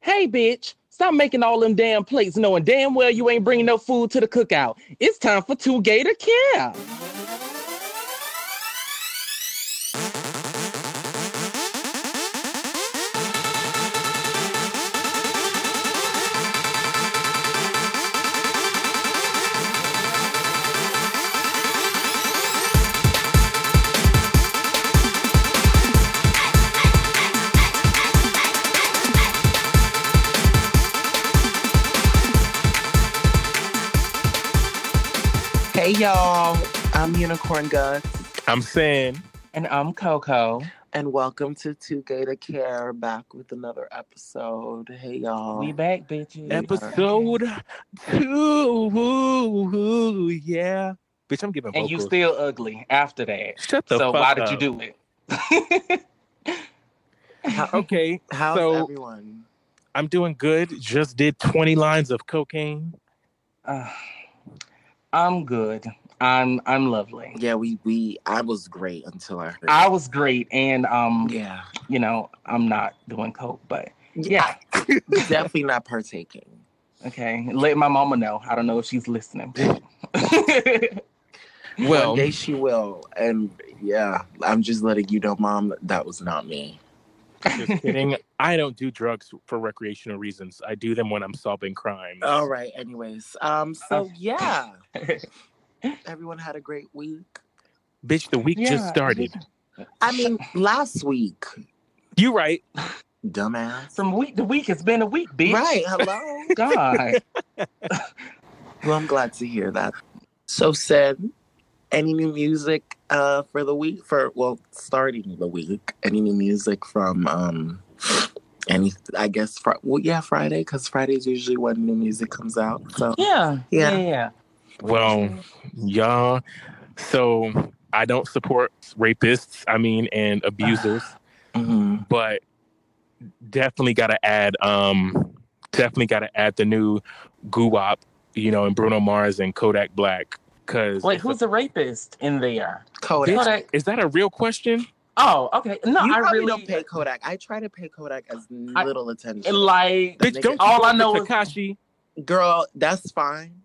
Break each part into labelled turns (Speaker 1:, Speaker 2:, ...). Speaker 1: hey, bitch, stop making all them damn plates knowing damn well you ain't bringing no food to the cookout. It's time for two gay to care.
Speaker 2: Hey y'all, I'm Unicorn Guts,
Speaker 3: I'm saying
Speaker 1: And I'm Coco.
Speaker 2: and welcome to Two Gay to Care, back with another episode. Hey y'all,
Speaker 1: We back, bitches.
Speaker 3: episode two. Ooh, yeah. Bitch, I'm giving
Speaker 1: And
Speaker 3: vocals.
Speaker 1: you still ugly after that.
Speaker 3: Shut the
Speaker 1: so
Speaker 3: fuck
Speaker 1: why did you
Speaker 3: up.
Speaker 1: do it?
Speaker 2: How, oh,
Speaker 3: Okay,
Speaker 2: how's
Speaker 3: so-
Speaker 2: everyone?
Speaker 3: I'm doing good. Just did 20 lines of cocaine.
Speaker 1: Uh, I'm good. I'm I'm lovely.
Speaker 2: Yeah, we we I was great until I heard.
Speaker 1: I was great, and um,
Speaker 2: yeah,
Speaker 1: you know, I'm not doing coke, but yeah,
Speaker 2: definitely not partaking.
Speaker 1: okay. Let my mama know. I don't know if she's listening.
Speaker 3: Well,
Speaker 2: One day she will, and yeah, I'm just letting you know, Mom, that was not me.
Speaker 3: just kidding. I don't do drugs for recreational reasons. I do them when I'm solving crimes.
Speaker 2: All right. Anyways, um, so
Speaker 1: Okay.
Speaker 2: yeah, everyone had a great week.
Speaker 3: Bitch, the week just
Speaker 1: Yeah.
Speaker 3: started.
Speaker 2: I mean, last week,
Speaker 3: You right.
Speaker 2: dumbass.
Speaker 1: From week to week, it's been a week, bitch.
Speaker 2: Right. Hello.
Speaker 1: God.
Speaker 2: Well, I'm glad to hear that. So said, any new music uh, for the week? For well, starting the week, any new music from um, any? I guess fr- well, yeah, Friday because Friday's usually when new music comes out. So
Speaker 1: Yeah.
Speaker 2: Yeah.
Speaker 1: Yeah.
Speaker 3: Well, y'all. So I don't support rapists, I mean, and abusers.
Speaker 2: mhm.
Speaker 3: but definitely got to add um definitely got to add the new Goo Wop, you know, and Bruno Mars and Kodak Black cuz
Speaker 1: Wait, who's a rapist in there?
Speaker 2: Kodak.
Speaker 1: Kodak.
Speaker 3: Is that a real question?
Speaker 1: Oh, okay. No,
Speaker 2: you
Speaker 1: I
Speaker 2: probably
Speaker 1: really
Speaker 2: don't pay Kodak. I try to pay Kodak as
Speaker 1: I-
Speaker 2: little attention.
Speaker 1: like.
Speaker 2: That
Speaker 3: Bitch,
Speaker 2: nigga-
Speaker 3: don't
Speaker 1: All
Speaker 3: all
Speaker 1: I
Speaker 3: I know
Speaker 1: know is-
Speaker 3: Takashi.
Speaker 2: Girl, that's fine.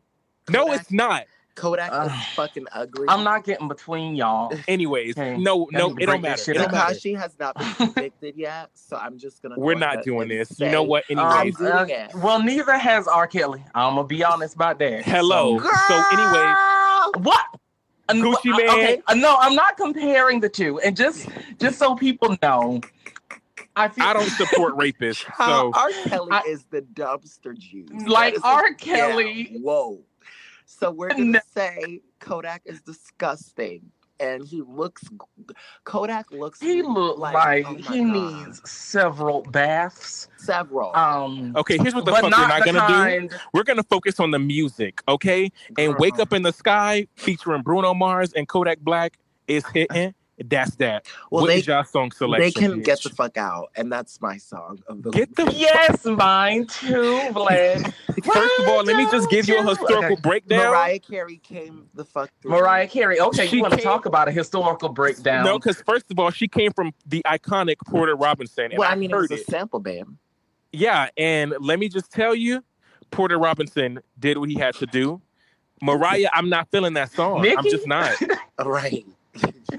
Speaker 3: No,
Speaker 2: Kodak-
Speaker 3: it's not.
Speaker 2: Kodak
Speaker 1: Ugh.
Speaker 2: is fucking ugly.
Speaker 1: I'm not getting between y'all.
Speaker 3: Anyways,
Speaker 1: Okay.
Speaker 3: no,
Speaker 1: I
Speaker 3: no,
Speaker 1: need to
Speaker 3: it
Speaker 1: break this
Speaker 3: don't matter.
Speaker 1: shit
Speaker 3: It don't matter.
Speaker 2: Takashi has not been convicted yet, so I'm just gonna. go
Speaker 3: We're
Speaker 2: ahead
Speaker 3: not
Speaker 2: and
Speaker 3: doing this. You know
Speaker 2: say-
Speaker 3: what? Anyways,
Speaker 2: Um, doing it.
Speaker 1: uh, well, neither has R. Kelly. I'm gonna be honest about that.
Speaker 3: hello.
Speaker 1: So-
Speaker 3: So anyway,
Speaker 1: What? Uh, no,
Speaker 3: Gucci
Speaker 1: I-
Speaker 3: Mane.
Speaker 1: Okay, uh, no, I'm not comparing the two. And just just so people know, I feel
Speaker 3: I don't support rapists.
Speaker 2: How
Speaker 3: So
Speaker 2: R. Kelly
Speaker 1: I-
Speaker 2: is the dumpster juice. That
Speaker 1: like
Speaker 2: is a-
Speaker 1: R.
Speaker 2: yeah,
Speaker 1: Kelly.
Speaker 2: whoa. So we're gonna
Speaker 1: No.
Speaker 2: say Kodak is disgusting, and he looks. g- Kodak looks.
Speaker 1: He looked like,
Speaker 2: oh my
Speaker 1: he
Speaker 2: God.
Speaker 1: needs several baths.
Speaker 2: several.
Speaker 1: Um,
Speaker 3: okay, here's what the
Speaker 1: but
Speaker 3: fuck we're
Speaker 1: not
Speaker 3: not
Speaker 1: the
Speaker 3: gonna do.
Speaker 1: kind.
Speaker 3: We're gonna focus on the music, okay? and Wake Up in the Sky featuring Bruno Mars and Kodak Black is hitting. That's that. What
Speaker 2: Well,
Speaker 3: is
Speaker 2: they
Speaker 3: y'all song selection?
Speaker 2: they can
Speaker 3: bitch?
Speaker 2: get the fuck out, and that's my song of the
Speaker 3: Get the
Speaker 1: Yes, mine too, Vlad.
Speaker 3: First of all, let me
Speaker 1: Why
Speaker 3: just give you a
Speaker 1: don't you-
Speaker 3: historical
Speaker 1: Okay.
Speaker 3: breakdown.
Speaker 2: Mariah Carey came the fuck through.
Speaker 1: Mariah Carey. Okay,
Speaker 3: She
Speaker 1: you want to
Speaker 3: came-
Speaker 1: talk about a historical breakdown?
Speaker 3: No, because first of all, she came from the iconic Porter Robinson. And
Speaker 2: Well,
Speaker 3: I,
Speaker 2: I mean, it was
Speaker 3: heard
Speaker 2: a
Speaker 3: it.
Speaker 2: sample, babe.
Speaker 3: Yeah, and let me just tell you, Porter Robinson did what he had to do. Mariah, I'm not feeling that song. I'm
Speaker 1: Nicki?
Speaker 3: just not.
Speaker 2: All Right.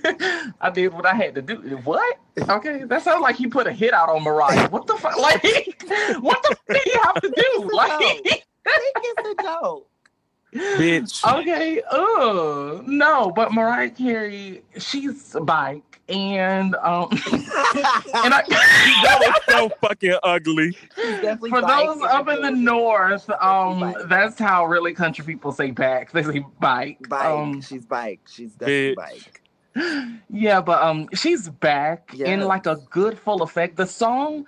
Speaker 1: I did what I had to do. What? Okay, that sounds like he put a hit out on Mariah. What the fuck? Like, what the fuck do you have to do? Like,
Speaker 2: I think it's a joke.
Speaker 3: Bitch.
Speaker 1: okay, oh no, but Mariah Carey, she's a bike, and um, and
Speaker 3: That
Speaker 1: I.
Speaker 3: was so fucking ugly.
Speaker 2: definitely
Speaker 1: For
Speaker 2: bike
Speaker 1: those
Speaker 2: and
Speaker 1: up in the
Speaker 2: definitely-
Speaker 1: north, um,
Speaker 2: Definitely bike.
Speaker 1: that's how really country people say back. They say bike.
Speaker 2: Bike.
Speaker 1: Um,
Speaker 2: she's bike. She's definitely
Speaker 3: Bitch.
Speaker 2: bike.
Speaker 1: yeah, but um, she's back in
Speaker 2: Yes.
Speaker 1: like a good full effect. The song,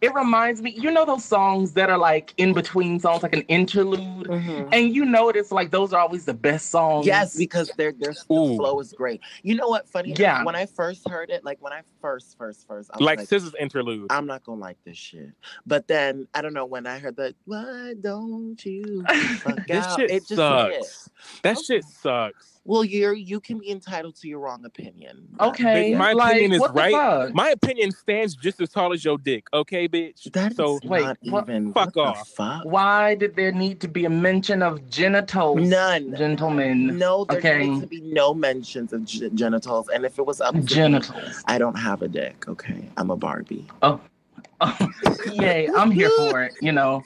Speaker 1: it reminds me, you know, those songs that are like in between songs, like an interlude,
Speaker 3: Um,
Speaker 1: and you notice like those are always the best songs.
Speaker 2: Yes, because their their the
Speaker 3: Ooh.
Speaker 2: flow is great. You know what? Funny. enough,
Speaker 1: Yeah.
Speaker 2: When I first heard it, like when I first first first, I was
Speaker 3: Like
Speaker 2: like,
Speaker 3: Scissors interlude.
Speaker 2: I'm not gonna like this shit. But then I don't know when I heard that. Why don't you? Fuck
Speaker 3: This
Speaker 2: out?
Speaker 3: shit
Speaker 2: it just
Speaker 3: sucks.
Speaker 2: hit.
Speaker 3: That
Speaker 2: Okay.
Speaker 3: shit sucks.
Speaker 2: Well, you're you can be entitled to your wrong opinion.
Speaker 1: Okay,
Speaker 3: My opinion is
Speaker 1: what the
Speaker 3: right.
Speaker 1: fuck?
Speaker 3: My opinion stands just as tall as your dick, okay, bitch?
Speaker 2: That is
Speaker 3: so
Speaker 1: wait,
Speaker 2: not
Speaker 1: what-
Speaker 2: even
Speaker 3: fuck
Speaker 2: what
Speaker 3: off.
Speaker 2: The fuck?
Speaker 1: Why did there need to be a mention of genitals?
Speaker 2: None.
Speaker 1: Gentlemen,
Speaker 2: No, there
Speaker 1: Okay.
Speaker 2: needs to be no mentions of g- genitals. And if it was up to me,
Speaker 1: genitals.
Speaker 2: I don't have a dick. Okay, I'm a Barbie.
Speaker 1: Yay, I'm here for it. You know,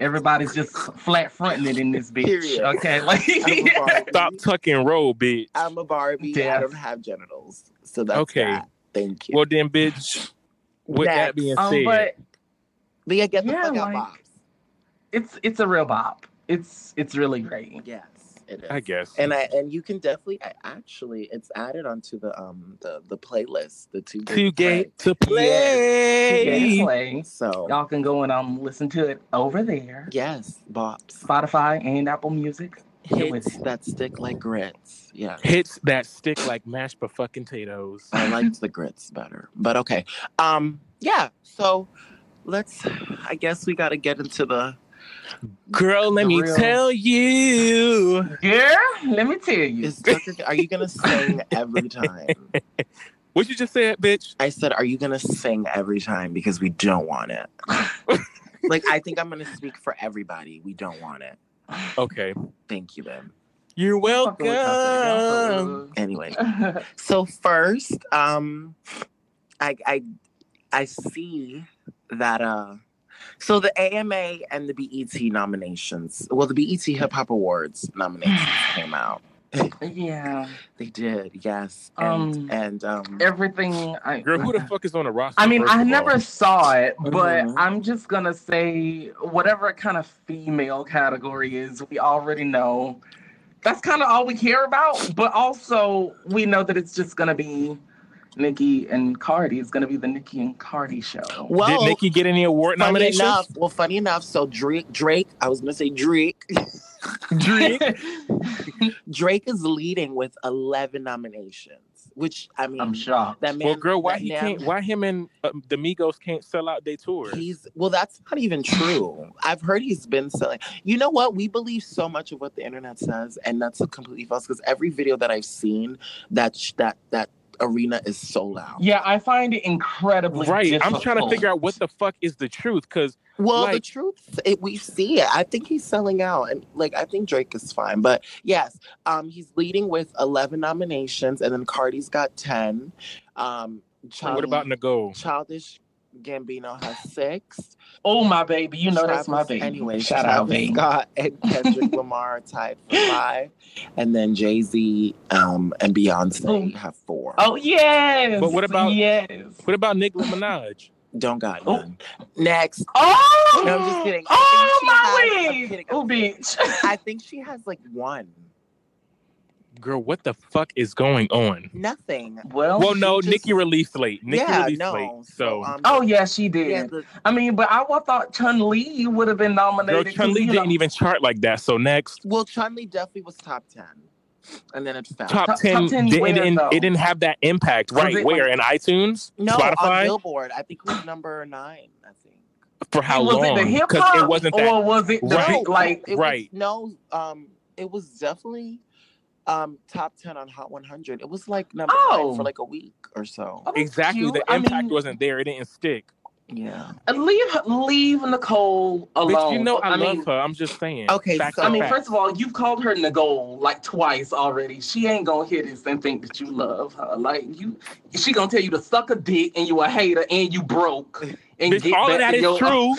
Speaker 1: everybody's just flat fronting it in this bitch.
Speaker 2: Period.
Speaker 1: Okay, like
Speaker 2: I'm a Barbie.
Speaker 3: Stop, tuck, and roll, bitch.
Speaker 2: I'm a Barbie.
Speaker 1: Death.
Speaker 2: I don't have genitals. So that's
Speaker 3: Okay.
Speaker 2: okay. Thank you.
Speaker 3: Well, then, bitch. With
Speaker 2: Next.
Speaker 3: that being
Speaker 1: um,
Speaker 3: said,
Speaker 1: but
Speaker 2: but yeah, get the
Speaker 1: yeah,
Speaker 2: fuck
Speaker 1: like-
Speaker 2: out, box.
Speaker 1: it's it's a real bop. It's it's really great.
Speaker 2: Yes, it is.
Speaker 3: I guess.
Speaker 2: And I and you can definitely I actually it's added onto the um the the playlist the two
Speaker 3: too gay to
Speaker 1: You get
Speaker 3: play.
Speaker 1: it, play.
Speaker 2: so
Speaker 1: Y'all can go and um listen to it over there.
Speaker 2: yes bops
Speaker 1: Spotify and Apple Music. Get with
Speaker 2: hits that stick like grits yeah
Speaker 3: Hits that stick like mashed but fucking potatoes.
Speaker 2: I liked the grits better but okay um yeah so let's I guess we got to get into the
Speaker 3: Girl, let
Speaker 1: The
Speaker 3: me
Speaker 1: real-
Speaker 3: tell you.
Speaker 1: it. Yeah, let me tell you.
Speaker 2: is Tucker, are you gonna sing every time
Speaker 3: What you just said, bitch?
Speaker 2: I said are you gonna sing every time because we don't want it like I think I'm gonna speak for everybody we don't want it
Speaker 3: Okay.
Speaker 2: thank you babe
Speaker 3: You're
Speaker 1: Fucking with y'all,
Speaker 3: welcome.
Speaker 1: so
Speaker 2: anyway
Speaker 1: good.
Speaker 2: So first, um, I I I see that uh, so the AMA and the BET nominations, well, the BET Hip Hop Awards nominations came out.
Speaker 1: yeah,
Speaker 2: They did, yes, and
Speaker 1: Um,
Speaker 2: and um,
Speaker 1: everything. I,
Speaker 3: Girl, who the fuck is on the roster?
Speaker 1: I mean,
Speaker 3: first
Speaker 1: I
Speaker 3: of
Speaker 1: never
Speaker 3: all? Mm-hmm.
Speaker 1: saw it, but
Speaker 2: Mhm.
Speaker 1: I'm just gonna say whatever kind of female category is, we already know. That's kind of all we care about, but also we know that it's just gonna be Nicki and Cardi. It's gonna be the Nicki and Cardi show.
Speaker 2: well,
Speaker 3: Did Nikki get any award
Speaker 2: funny
Speaker 3: nominations?
Speaker 2: enough, well, funny enough, so Drake, Drake, I was gonna say Drake,
Speaker 3: Drake.
Speaker 2: Drake is leading with eleven nominations, which I mean,
Speaker 1: I'm shocked.
Speaker 2: that man,
Speaker 3: well, girl, why
Speaker 2: that
Speaker 3: he
Speaker 2: man-
Speaker 3: can't? Why him and uh, the Migos can't sell out their tour?
Speaker 2: He's well, that's not even true. I've heard he's been selling. You know what? We believe so much of what the internet says, and that's completely false. Because every video that I've seen, that sh- that that arena is sold out.
Speaker 1: Yeah, I find it incredibly
Speaker 3: Right. I'm trying to
Speaker 1: difficult.
Speaker 3: figure out what the fuck is the truth because
Speaker 2: Well, the
Speaker 3: Like-
Speaker 2: truth, it, we see it. I think he's selling out, and like I think Drake is fine. But yes, um, he's leading with eleven nominations, and then Cardi's got ten. Um, Charlie,
Speaker 3: what about Nago?
Speaker 2: Childish Gambino has six.
Speaker 1: Oh my baby, you know that's my
Speaker 2: Travis-
Speaker 1: baby.
Speaker 2: Anyway,
Speaker 1: shout
Speaker 2: Travis
Speaker 1: out baby.
Speaker 2: Scott and Kendrick Lamar are tied for five, and then Jay Z um, and Beyonce
Speaker 1: Boom.
Speaker 2: have four.
Speaker 1: Oh yes.
Speaker 3: But what about-
Speaker 1: yes?
Speaker 3: What about Nicki Minaj?
Speaker 2: don't got
Speaker 1: Oh.
Speaker 2: none. Next,
Speaker 1: Oh,
Speaker 2: No, I'm just kidding.
Speaker 1: Oh
Speaker 2: I think she
Speaker 1: my
Speaker 2: has- I'm
Speaker 1: wig.
Speaker 2: kidding,
Speaker 1: Oh
Speaker 2: I'm kidding.
Speaker 1: bitch.
Speaker 2: I think she has like one,
Speaker 3: Girl, what the fuck is going on?
Speaker 2: nothing.
Speaker 1: Well,
Speaker 3: well, no,
Speaker 2: she Oh, just-
Speaker 3: Nikki released late. Nikki
Speaker 2: yeah,
Speaker 3: released
Speaker 2: no.
Speaker 3: late. So,
Speaker 2: um,
Speaker 1: oh yeah, she did.
Speaker 2: yeah, the-
Speaker 1: I mean, but I would thought Chun Li would have been
Speaker 3: girl,
Speaker 1: nominated. 'cause,
Speaker 3: Chun Li
Speaker 1: you know-
Speaker 3: didn't even chart like that. So next,
Speaker 2: well, Chun Li definitely was top ten, and then it fell.
Speaker 3: top,
Speaker 1: Top- top
Speaker 3: 10,
Speaker 1: 10
Speaker 3: didn't,
Speaker 1: where,
Speaker 3: didn't-
Speaker 1: though?
Speaker 3: it didn't have that impact.
Speaker 1: Was
Speaker 3: Right.
Speaker 1: it,
Speaker 3: where? in iTunes?
Speaker 2: no, on
Speaker 3: Spotify?
Speaker 2: Billboard, I think it was number nine. I think.
Speaker 3: For how
Speaker 1: was
Speaker 3: long?
Speaker 1: it the hip
Speaker 3: Because
Speaker 1: hop
Speaker 3: it wasn't that.
Speaker 1: or was it the
Speaker 3: Right.
Speaker 1: big, like?
Speaker 2: it was-
Speaker 3: right.
Speaker 2: no, um, it was definitely um top ten on Hot 100. It was like number
Speaker 1: Oh.
Speaker 2: nine for like a week or so.
Speaker 1: oh,
Speaker 3: exactly.
Speaker 1: you-
Speaker 3: The
Speaker 1: I
Speaker 3: impact
Speaker 1: mean,
Speaker 3: wasn't there. It didn't stick.
Speaker 2: Yeah.
Speaker 1: Leave leave Nicole alone.
Speaker 3: Bitch, you know I, love
Speaker 1: mean,
Speaker 3: her. I'm just saying.
Speaker 2: Okay,
Speaker 3: Facts
Speaker 2: so-
Speaker 3: are
Speaker 1: I mean,
Speaker 3: facts.
Speaker 1: first of all, you've called her Nicole like twice already. She ain't gonna hear this and think that you love her. Like you, she gonna tell you to suck a dick and you a hater and you broke. And
Speaker 3: Bitch, all of
Speaker 1: back
Speaker 3: that
Speaker 1: to
Speaker 3: is
Speaker 1: your-
Speaker 3: true.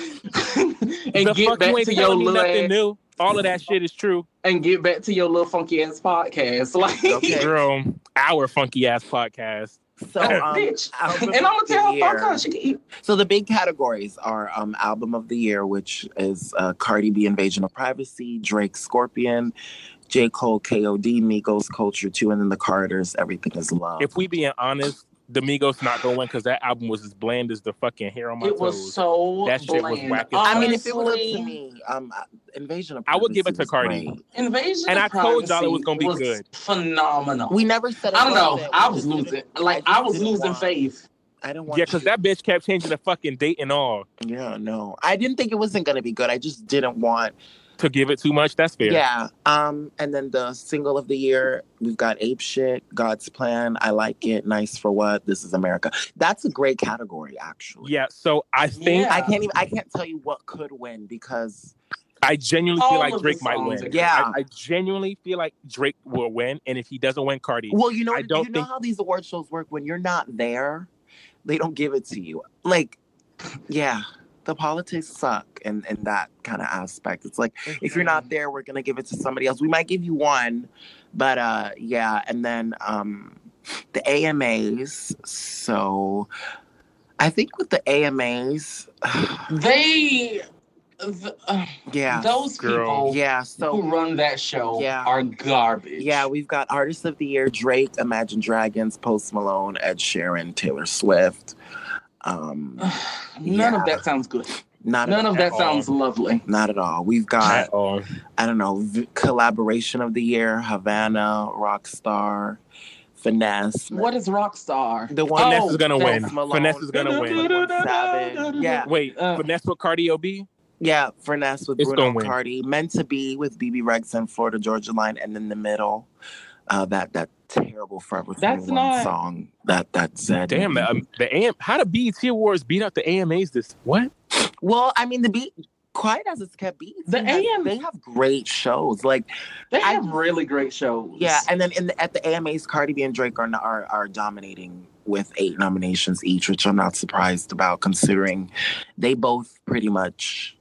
Speaker 1: and
Speaker 3: the
Speaker 1: get
Speaker 3: fuck you
Speaker 1: back
Speaker 3: ain't
Speaker 1: to your
Speaker 3: telling me
Speaker 1: little
Speaker 3: nothing
Speaker 1: ass,
Speaker 3: new. All of that shit is true,
Speaker 1: and get back to your little funky ass podcast. Like,
Speaker 2: Okay.
Speaker 3: girl. Our funky ass podcast.
Speaker 2: So
Speaker 3: Okay.
Speaker 2: um,
Speaker 1: bitch.
Speaker 2: album
Speaker 1: And I'm gonna
Speaker 2: of the
Speaker 1: tell her,
Speaker 2: year.
Speaker 1: fuck her. She can eat.
Speaker 2: So the big categories are um album of the year, which is uh, Cardi B Invasion of Privacy, Drake Scorpion, J Cole K.O.D. Migos Culture Two, and then the Carters. Everything is love.
Speaker 3: If we being honest, the Migos not going because that album was as bland as the fucking hair on my
Speaker 1: It was
Speaker 3: toes.
Speaker 1: so
Speaker 3: That shit was
Speaker 1: bland.
Speaker 3: whack as
Speaker 2: I mean, if it was up to
Speaker 1: Honestly,
Speaker 2: me, um, uh, Invasion of
Speaker 3: I
Speaker 2: Privacy
Speaker 3: would give it to
Speaker 2: was
Speaker 3: Cardi.
Speaker 2: great.
Speaker 1: Invasion
Speaker 3: And
Speaker 1: of
Speaker 3: I told y'all it was
Speaker 1: Privacy
Speaker 3: gonna be good.
Speaker 1: Phenomenal.
Speaker 2: We never said. it
Speaker 1: I don't know.
Speaker 2: wasn't. We
Speaker 1: I was
Speaker 2: just didn't-
Speaker 1: losing. Like
Speaker 2: I
Speaker 1: I
Speaker 2: just
Speaker 1: was
Speaker 2: didn't
Speaker 1: losing
Speaker 2: want-
Speaker 1: faith.
Speaker 2: I don't want.
Speaker 3: Yeah, because
Speaker 2: you-
Speaker 3: that bitch kept changing the fucking date and all.
Speaker 2: Yeah, no. I didn't think it wasn't gonna be good. I just didn't want
Speaker 3: to give it too much. That's fair.
Speaker 2: Yeah. Um, and then the single of the year, we've got Ape Shit, God's Plan, I Like It, Nice for What, This is America. That's a great category, actually.
Speaker 3: Yeah, So I think
Speaker 1: Yeah.
Speaker 2: I can't even I can't tell you what could win because
Speaker 3: I genuinely
Speaker 1: All
Speaker 3: feel
Speaker 1: of
Speaker 3: like
Speaker 1: the
Speaker 3: Drake might
Speaker 1: songs
Speaker 3: win.
Speaker 1: are-
Speaker 2: Yeah.
Speaker 3: I, I genuinely feel like Drake will win, and if he doesn't win, Cardi.
Speaker 2: well, you know
Speaker 3: I
Speaker 2: you
Speaker 3: don't
Speaker 2: know
Speaker 3: think-
Speaker 2: how these award shows work when you're not there, they don't give it to you. Like, yeah. The politics suck and in that kind of aspect. It's like if you're not there we're gonna give it to somebody else we might give you one but uh yeah and then um the amas so i think with the amas Mm-hmm.
Speaker 1: they, th- uh,
Speaker 2: yeah
Speaker 1: those
Speaker 3: Girl.
Speaker 1: people
Speaker 2: yeah
Speaker 1: who
Speaker 2: so
Speaker 1: run that show
Speaker 2: Yeah.
Speaker 1: are garbage.
Speaker 2: yeah we've got artist of the year drake imagine dragons post malone ed sheeran taylor swift um
Speaker 1: None
Speaker 2: Yeah.
Speaker 1: of that sounds good.
Speaker 2: not
Speaker 1: Uh, None
Speaker 2: at,
Speaker 1: of
Speaker 3: At
Speaker 1: that sounds lovely.
Speaker 2: not at all we've got
Speaker 3: At all.
Speaker 2: I don't know, v- collaboration of the year, Havana, Rockstar, Finesse.
Speaker 1: What is Rockstar?
Speaker 2: The one
Speaker 3: Finesse
Speaker 1: Oh,
Speaker 3: is gonna win.
Speaker 2: Post Malone.
Speaker 3: Finesse is gonna win.
Speaker 2: Savage. Yeah.
Speaker 3: Wait,
Speaker 1: Uh,
Speaker 3: finesse with Cardi O B?
Speaker 2: Yeah, Finesse with
Speaker 3: It's
Speaker 2: Bruno
Speaker 3: gonna win.
Speaker 2: Cardi. Meant to be with BB Rex and Florida Georgia Line and in the middle. Uh, that that terrible Forever
Speaker 1: That's
Speaker 2: 21
Speaker 1: not-
Speaker 2: song. That that Zed.
Speaker 3: Damn, the, um, the AM, how the BET Awards beat out the AMAs this what?
Speaker 2: Well, I mean the beat quiet as it's kept beat.
Speaker 1: The AM
Speaker 2: they have great shows. Like
Speaker 1: They
Speaker 2: I-
Speaker 1: have really great shows.
Speaker 2: Yeah, and then in the, at the AMAs, Cardi B and Drake are, are are dominating with eight nominations each, which I'm not surprised about considering they both pretty much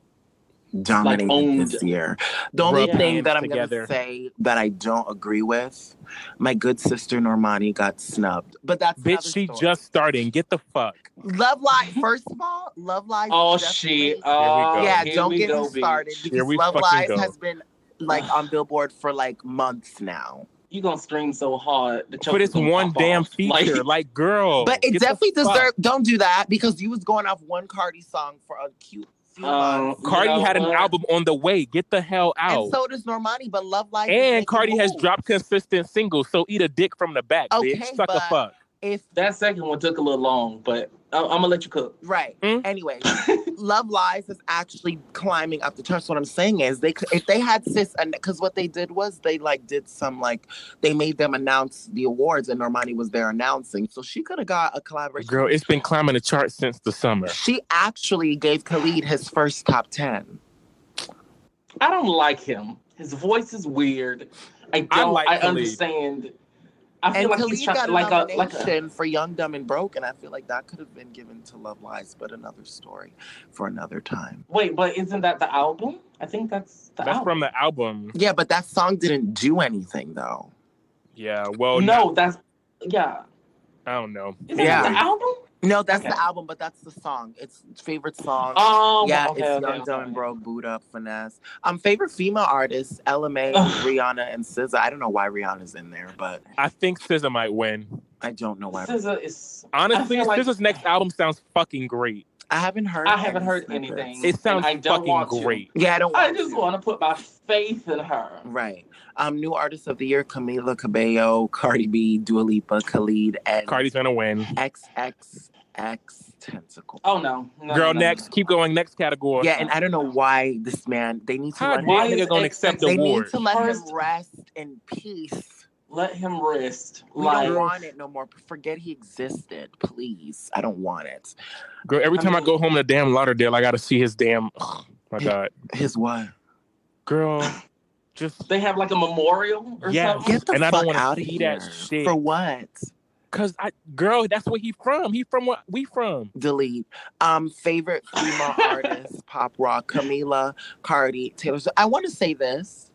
Speaker 2: dominated
Speaker 1: owned-
Speaker 2: this year. The only
Speaker 1: rubbed
Speaker 2: thing
Speaker 3: hands
Speaker 2: that I'm gonna
Speaker 3: together.
Speaker 2: say that I don't agree with, my good sister Normani got snubbed, but that's another
Speaker 3: Bitch, she
Speaker 2: story.
Speaker 3: just starting. Get the fuck.
Speaker 2: Love Live. First of all, Love Live.
Speaker 1: Oh
Speaker 2: definitely-
Speaker 1: shit! Oh,
Speaker 3: go.
Speaker 2: yeah,
Speaker 1: here
Speaker 2: don't
Speaker 1: we
Speaker 2: get
Speaker 1: go,
Speaker 2: me started
Speaker 1: bitch.
Speaker 2: because
Speaker 3: we
Speaker 2: Love
Speaker 3: fucking
Speaker 2: Live
Speaker 3: go.
Speaker 2: has been like on Billboard for like months now.
Speaker 1: You gonna scream so hard that your
Speaker 3: For this
Speaker 1: gonna
Speaker 3: one
Speaker 1: pop
Speaker 3: damn
Speaker 1: off. Like-
Speaker 3: feature. Like, girl.
Speaker 2: But it
Speaker 3: Oh, get the
Speaker 2: definitely
Speaker 3: fuck.
Speaker 2: deserved. Don't do that because you was going off one Cardi song for a cute few
Speaker 1: Um,
Speaker 2: months.
Speaker 3: Cardi
Speaker 1: You know
Speaker 3: had an
Speaker 1: what?
Speaker 3: album on the way. Get the hell out.
Speaker 2: And so does Normani, but Love Life.
Speaker 3: and Cardi has dropped consistent singles, so eat a dick from the back,
Speaker 2: Okay,
Speaker 3: bitch. Suck a
Speaker 2: but-
Speaker 3: fuck.
Speaker 2: If
Speaker 1: That second one took a little long, but I- I'm gonna let you cook.
Speaker 2: right.
Speaker 3: Mm.
Speaker 2: Anyway, Love Lies is actually climbing up the charts. What I'm saying is, they could- if they had sis, and because what they did was they like did some like they made them announce the awards, and Normani was there announcing, so she could have got a collaboration.
Speaker 3: Girl, it's been climbing the chart since the summer.
Speaker 2: She actually gave Khalid his first top ten.
Speaker 1: I don't like him. His voice is weird. I don't.
Speaker 3: I
Speaker 1: I,
Speaker 3: like Khalid.
Speaker 1: understand. I feel
Speaker 2: And
Speaker 1: like
Speaker 2: Khalid
Speaker 1: he's
Speaker 2: got
Speaker 1: trying
Speaker 2: a
Speaker 1: like a like
Speaker 2: nomination
Speaker 1: a.
Speaker 2: for Young, Dumb, and Broke, and I feel like that could have been given to Love Lies, but another story for another time.
Speaker 1: Wait, but isn't that the album? I think that's the
Speaker 3: That's
Speaker 1: album.
Speaker 3: from the album.
Speaker 2: Yeah, but that song didn't do anything though.
Speaker 3: Yeah, well,
Speaker 1: no,
Speaker 3: no,
Speaker 1: that's yeah.
Speaker 3: I don't know.
Speaker 1: Isn't
Speaker 2: Yeah.
Speaker 1: that the album?
Speaker 2: No, that's
Speaker 1: Okay.
Speaker 2: the album, but that's the song. It's favorite song.
Speaker 1: Oh,
Speaker 2: yeah,
Speaker 1: okay,
Speaker 2: it's
Speaker 1: okay,
Speaker 2: Young, Dumb,
Speaker 1: okay.
Speaker 2: and Broke, Boot Up, Finesse. Um, favorite female artists: LMA,
Speaker 1: Ugh.
Speaker 2: Rihanna, and SZA. I don't know why Rihanna's in there, but
Speaker 3: I think SZA might win.
Speaker 2: I don't know why.
Speaker 1: SZA is.
Speaker 3: Honestly,
Speaker 1: I feel like-
Speaker 3: SZA's next album sounds fucking great.
Speaker 2: I haven't heard.
Speaker 1: I haven't heard
Speaker 2: snippets.
Speaker 1: anything.
Speaker 3: It sounds
Speaker 1: And I don't
Speaker 3: fucking
Speaker 1: want to.
Speaker 3: great.
Speaker 2: Yeah, I don't.
Speaker 1: I
Speaker 2: want
Speaker 1: just
Speaker 2: to.
Speaker 1: want to put my faith in her.
Speaker 2: Right. Um, new artist of the year: Camila Cabello, Cardi B, Dua Lipa, Khalid, and
Speaker 3: Cardi's gonna win.
Speaker 2: XXX Tentacle.
Speaker 1: Oh no, no
Speaker 3: Girl,
Speaker 1: no, no,
Speaker 3: next, keep going. Next category.
Speaker 2: Yeah, and I don't know why this man. They need to
Speaker 3: How
Speaker 2: let
Speaker 1: why
Speaker 3: why
Speaker 2: him.
Speaker 1: is
Speaker 3: nigga gonna
Speaker 1: XX
Speaker 3: accept the
Speaker 2: They
Speaker 3: award?
Speaker 2: need to let
Speaker 1: First-
Speaker 2: him rest in peace.
Speaker 1: no. Let him rest.
Speaker 2: We
Speaker 1: Like
Speaker 2: don't want it no more. Forget he existed, please. I don't want it.
Speaker 3: Girl, every
Speaker 1: I
Speaker 3: time I
Speaker 1: mean-
Speaker 3: go home to damn Lauderdale, I gotta see his damn. Oh, my God,
Speaker 2: His what?
Speaker 3: girl, just
Speaker 1: they have like a memorial or
Speaker 3: Yes.
Speaker 1: something.
Speaker 2: Get the
Speaker 3: And I
Speaker 2: fuck
Speaker 3: don't wanna
Speaker 2: out of
Speaker 3: see
Speaker 2: here.
Speaker 3: that shit.
Speaker 2: For what?
Speaker 3: cause I, girl, that's where he from. He from what we from.
Speaker 2: Delete. Um, favorite female artist, pop rock, Camila, Cardi, Taylor. Swift. I want to say this.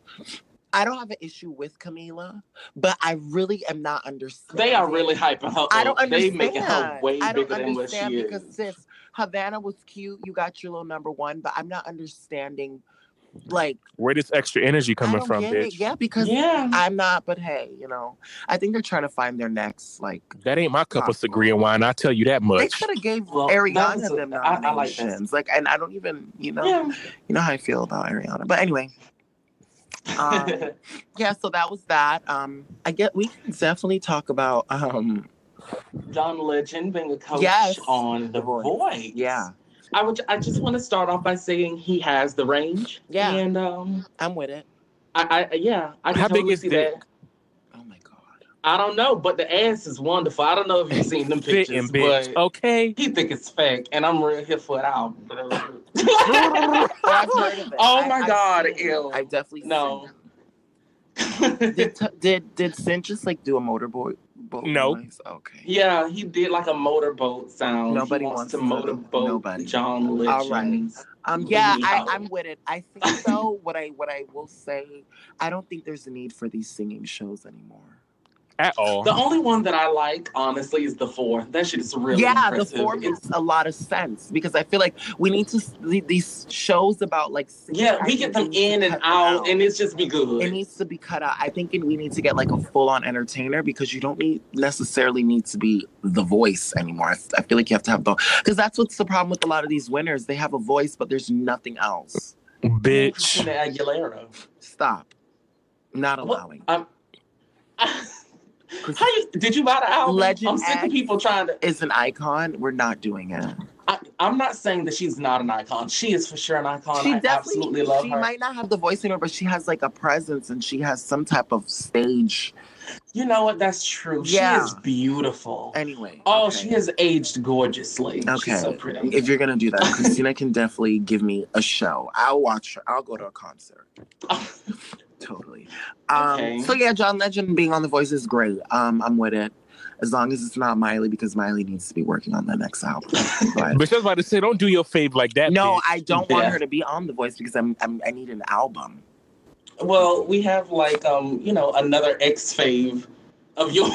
Speaker 2: I don't have an issue with Camila, but I really am not understanding.
Speaker 1: They are really hyping her.
Speaker 2: I don't
Speaker 1: up. They
Speaker 2: understand.
Speaker 1: making her way
Speaker 2: I don't
Speaker 1: bigger than what she
Speaker 2: understand
Speaker 1: is.
Speaker 2: because sis, Havana was cute. You got your little number one, but I'm not understanding. Like
Speaker 3: Where this extra energy
Speaker 2: I
Speaker 3: coming
Speaker 2: don't
Speaker 3: from,
Speaker 2: get
Speaker 3: bitch?
Speaker 2: It. Yeah, because
Speaker 1: yeah,
Speaker 2: I'm not, but hey, you know, I think they're trying to find their next. Like
Speaker 3: That ain't my cup of Sangria wine. I tell you that
Speaker 2: they
Speaker 3: much.
Speaker 2: should have gave
Speaker 1: Well, that is
Speaker 2: Ariana
Speaker 1: a-
Speaker 2: them
Speaker 1: I- I like that.
Speaker 2: nominations. like, and I don't even, you know,
Speaker 1: yeah.
Speaker 2: you know how I feel about Ariana. But anyway, um, yeah. So that was that. Um, I get we can definitely talk about. Um,
Speaker 1: John Legend being a coach
Speaker 2: Yes.
Speaker 1: on The
Speaker 2: Voice.
Speaker 1: Voice.
Speaker 2: yeah,
Speaker 1: I would. I just want to start off by saying he has the range.
Speaker 2: Yeah.
Speaker 1: And um,
Speaker 2: I'm with it.
Speaker 1: I, I yeah, I can
Speaker 3: How big
Speaker 1: totally
Speaker 3: is
Speaker 1: see
Speaker 3: dick?
Speaker 1: that.
Speaker 2: Oh my god.
Speaker 1: I don't know, but the ass is wonderful. I don't know if you've seen them
Speaker 3: Fit
Speaker 1: pictures,
Speaker 3: and bitch.
Speaker 1: but
Speaker 3: Okay.
Speaker 1: he think it's fake, and I'm real here for it out.
Speaker 2: Oh, I've heard of it.
Speaker 1: Oh
Speaker 2: I-
Speaker 1: my
Speaker 2: I've
Speaker 1: God,
Speaker 2: seen it.
Speaker 1: ew.
Speaker 2: I've definitely
Speaker 1: No.
Speaker 2: seen it. did t- did did Sin just like do a motorboat? boat
Speaker 3: No.
Speaker 2: noise? Okay.
Speaker 1: yeah, he did like a motorboat sound. He
Speaker 2: Nobody
Speaker 1: wants,
Speaker 2: wants
Speaker 1: to
Speaker 2: to know.
Speaker 1: motorboat
Speaker 2: Nobody.
Speaker 1: John Legend.
Speaker 2: All right. Um.
Speaker 1: Mm,
Speaker 2: Yeah,
Speaker 1: no.
Speaker 2: I, I'm with it. I think so. what I what I will say, I don't think there's a need for these singing shows anymore.
Speaker 3: At all.
Speaker 1: The only one that I like, honestly, is the four. That shit is really
Speaker 2: yeah,
Speaker 1: impressive.
Speaker 2: the form
Speaker 1: It's-
Speaker 2: makes a lot of sense because I feel like we need to s- these shows about like singing,
Speaker 1: yeah,
Speaker 2: I
Speaker 1: we
Speaker 2: think
Speaker 1: get
Speaker 2: it
Speaker 1: them
Speaker 2: needs to
Speaker 1: in and
Speaker 2: cut
Speaker 1: out, and it's just be good.
Speaker 2: it needs to be cut out. I think it- we need to get like a full on entertainer because you don't need necessarily need to be the voice anymore. I, s- I feel like you have to have the because that's what's the problem with a lot of these winners. They have a voice, but there's nothing else.
Speaker 3: Bitch.
Speaker 1: Christina Aguilera.
Speaker 2: Stop. Not
Speaker 1: What?
Speaker 2: allowing.
Speaker 1: Um, how you, did you buy the album?
Speaker 2: Legend
Speaker 1: I'm sick
Speaker 2: X.
Speaker 1: of people trying to.
Speaker 2: Is an icon. We're not doing it.
Speaker 1: I, I'm not saying that she's not an icon. She is for sure an icon. I absolutely love
Speaker 2: she
Speaker 1: her.
Speaker 2: might not have the voice in her, but she has like a presence and she has some type of stage.
Speaker 1: You know what? That's true. She
Speaker 2: Yeah.
Speaker 1: is beautiful.
Speaker 2: Anyway.
Speaker 1: oh,
Speaker 2: okay.
Speaker 1: she has aged gorgeously.
Speaker 2: Okay.
Speaker 1: She's so pretty.
Speaker 2: If you're gonna do that, Christina can definitely give me a show. I'll watch her. I'll go to a concert. Totally. Um,
Speaker 1: Okay.
Speaker 2: So yeah, John Legend being on The Voice is great. Um, I'm with it, as long as it's not Miley because Miley needs to be working on the next album. But-
Speaker 3: Bitch, I was about to say, don't do your fave like that.
Speaker 2: no,
Speaker 3: bitch.
Speaker 2: I don't want
Speaker 1: Yeah.
Speaker 2: her to be on The Voice because I'm, I'm I need an album.
Speaker 1: well, we have like um, you know, another ex fave of yours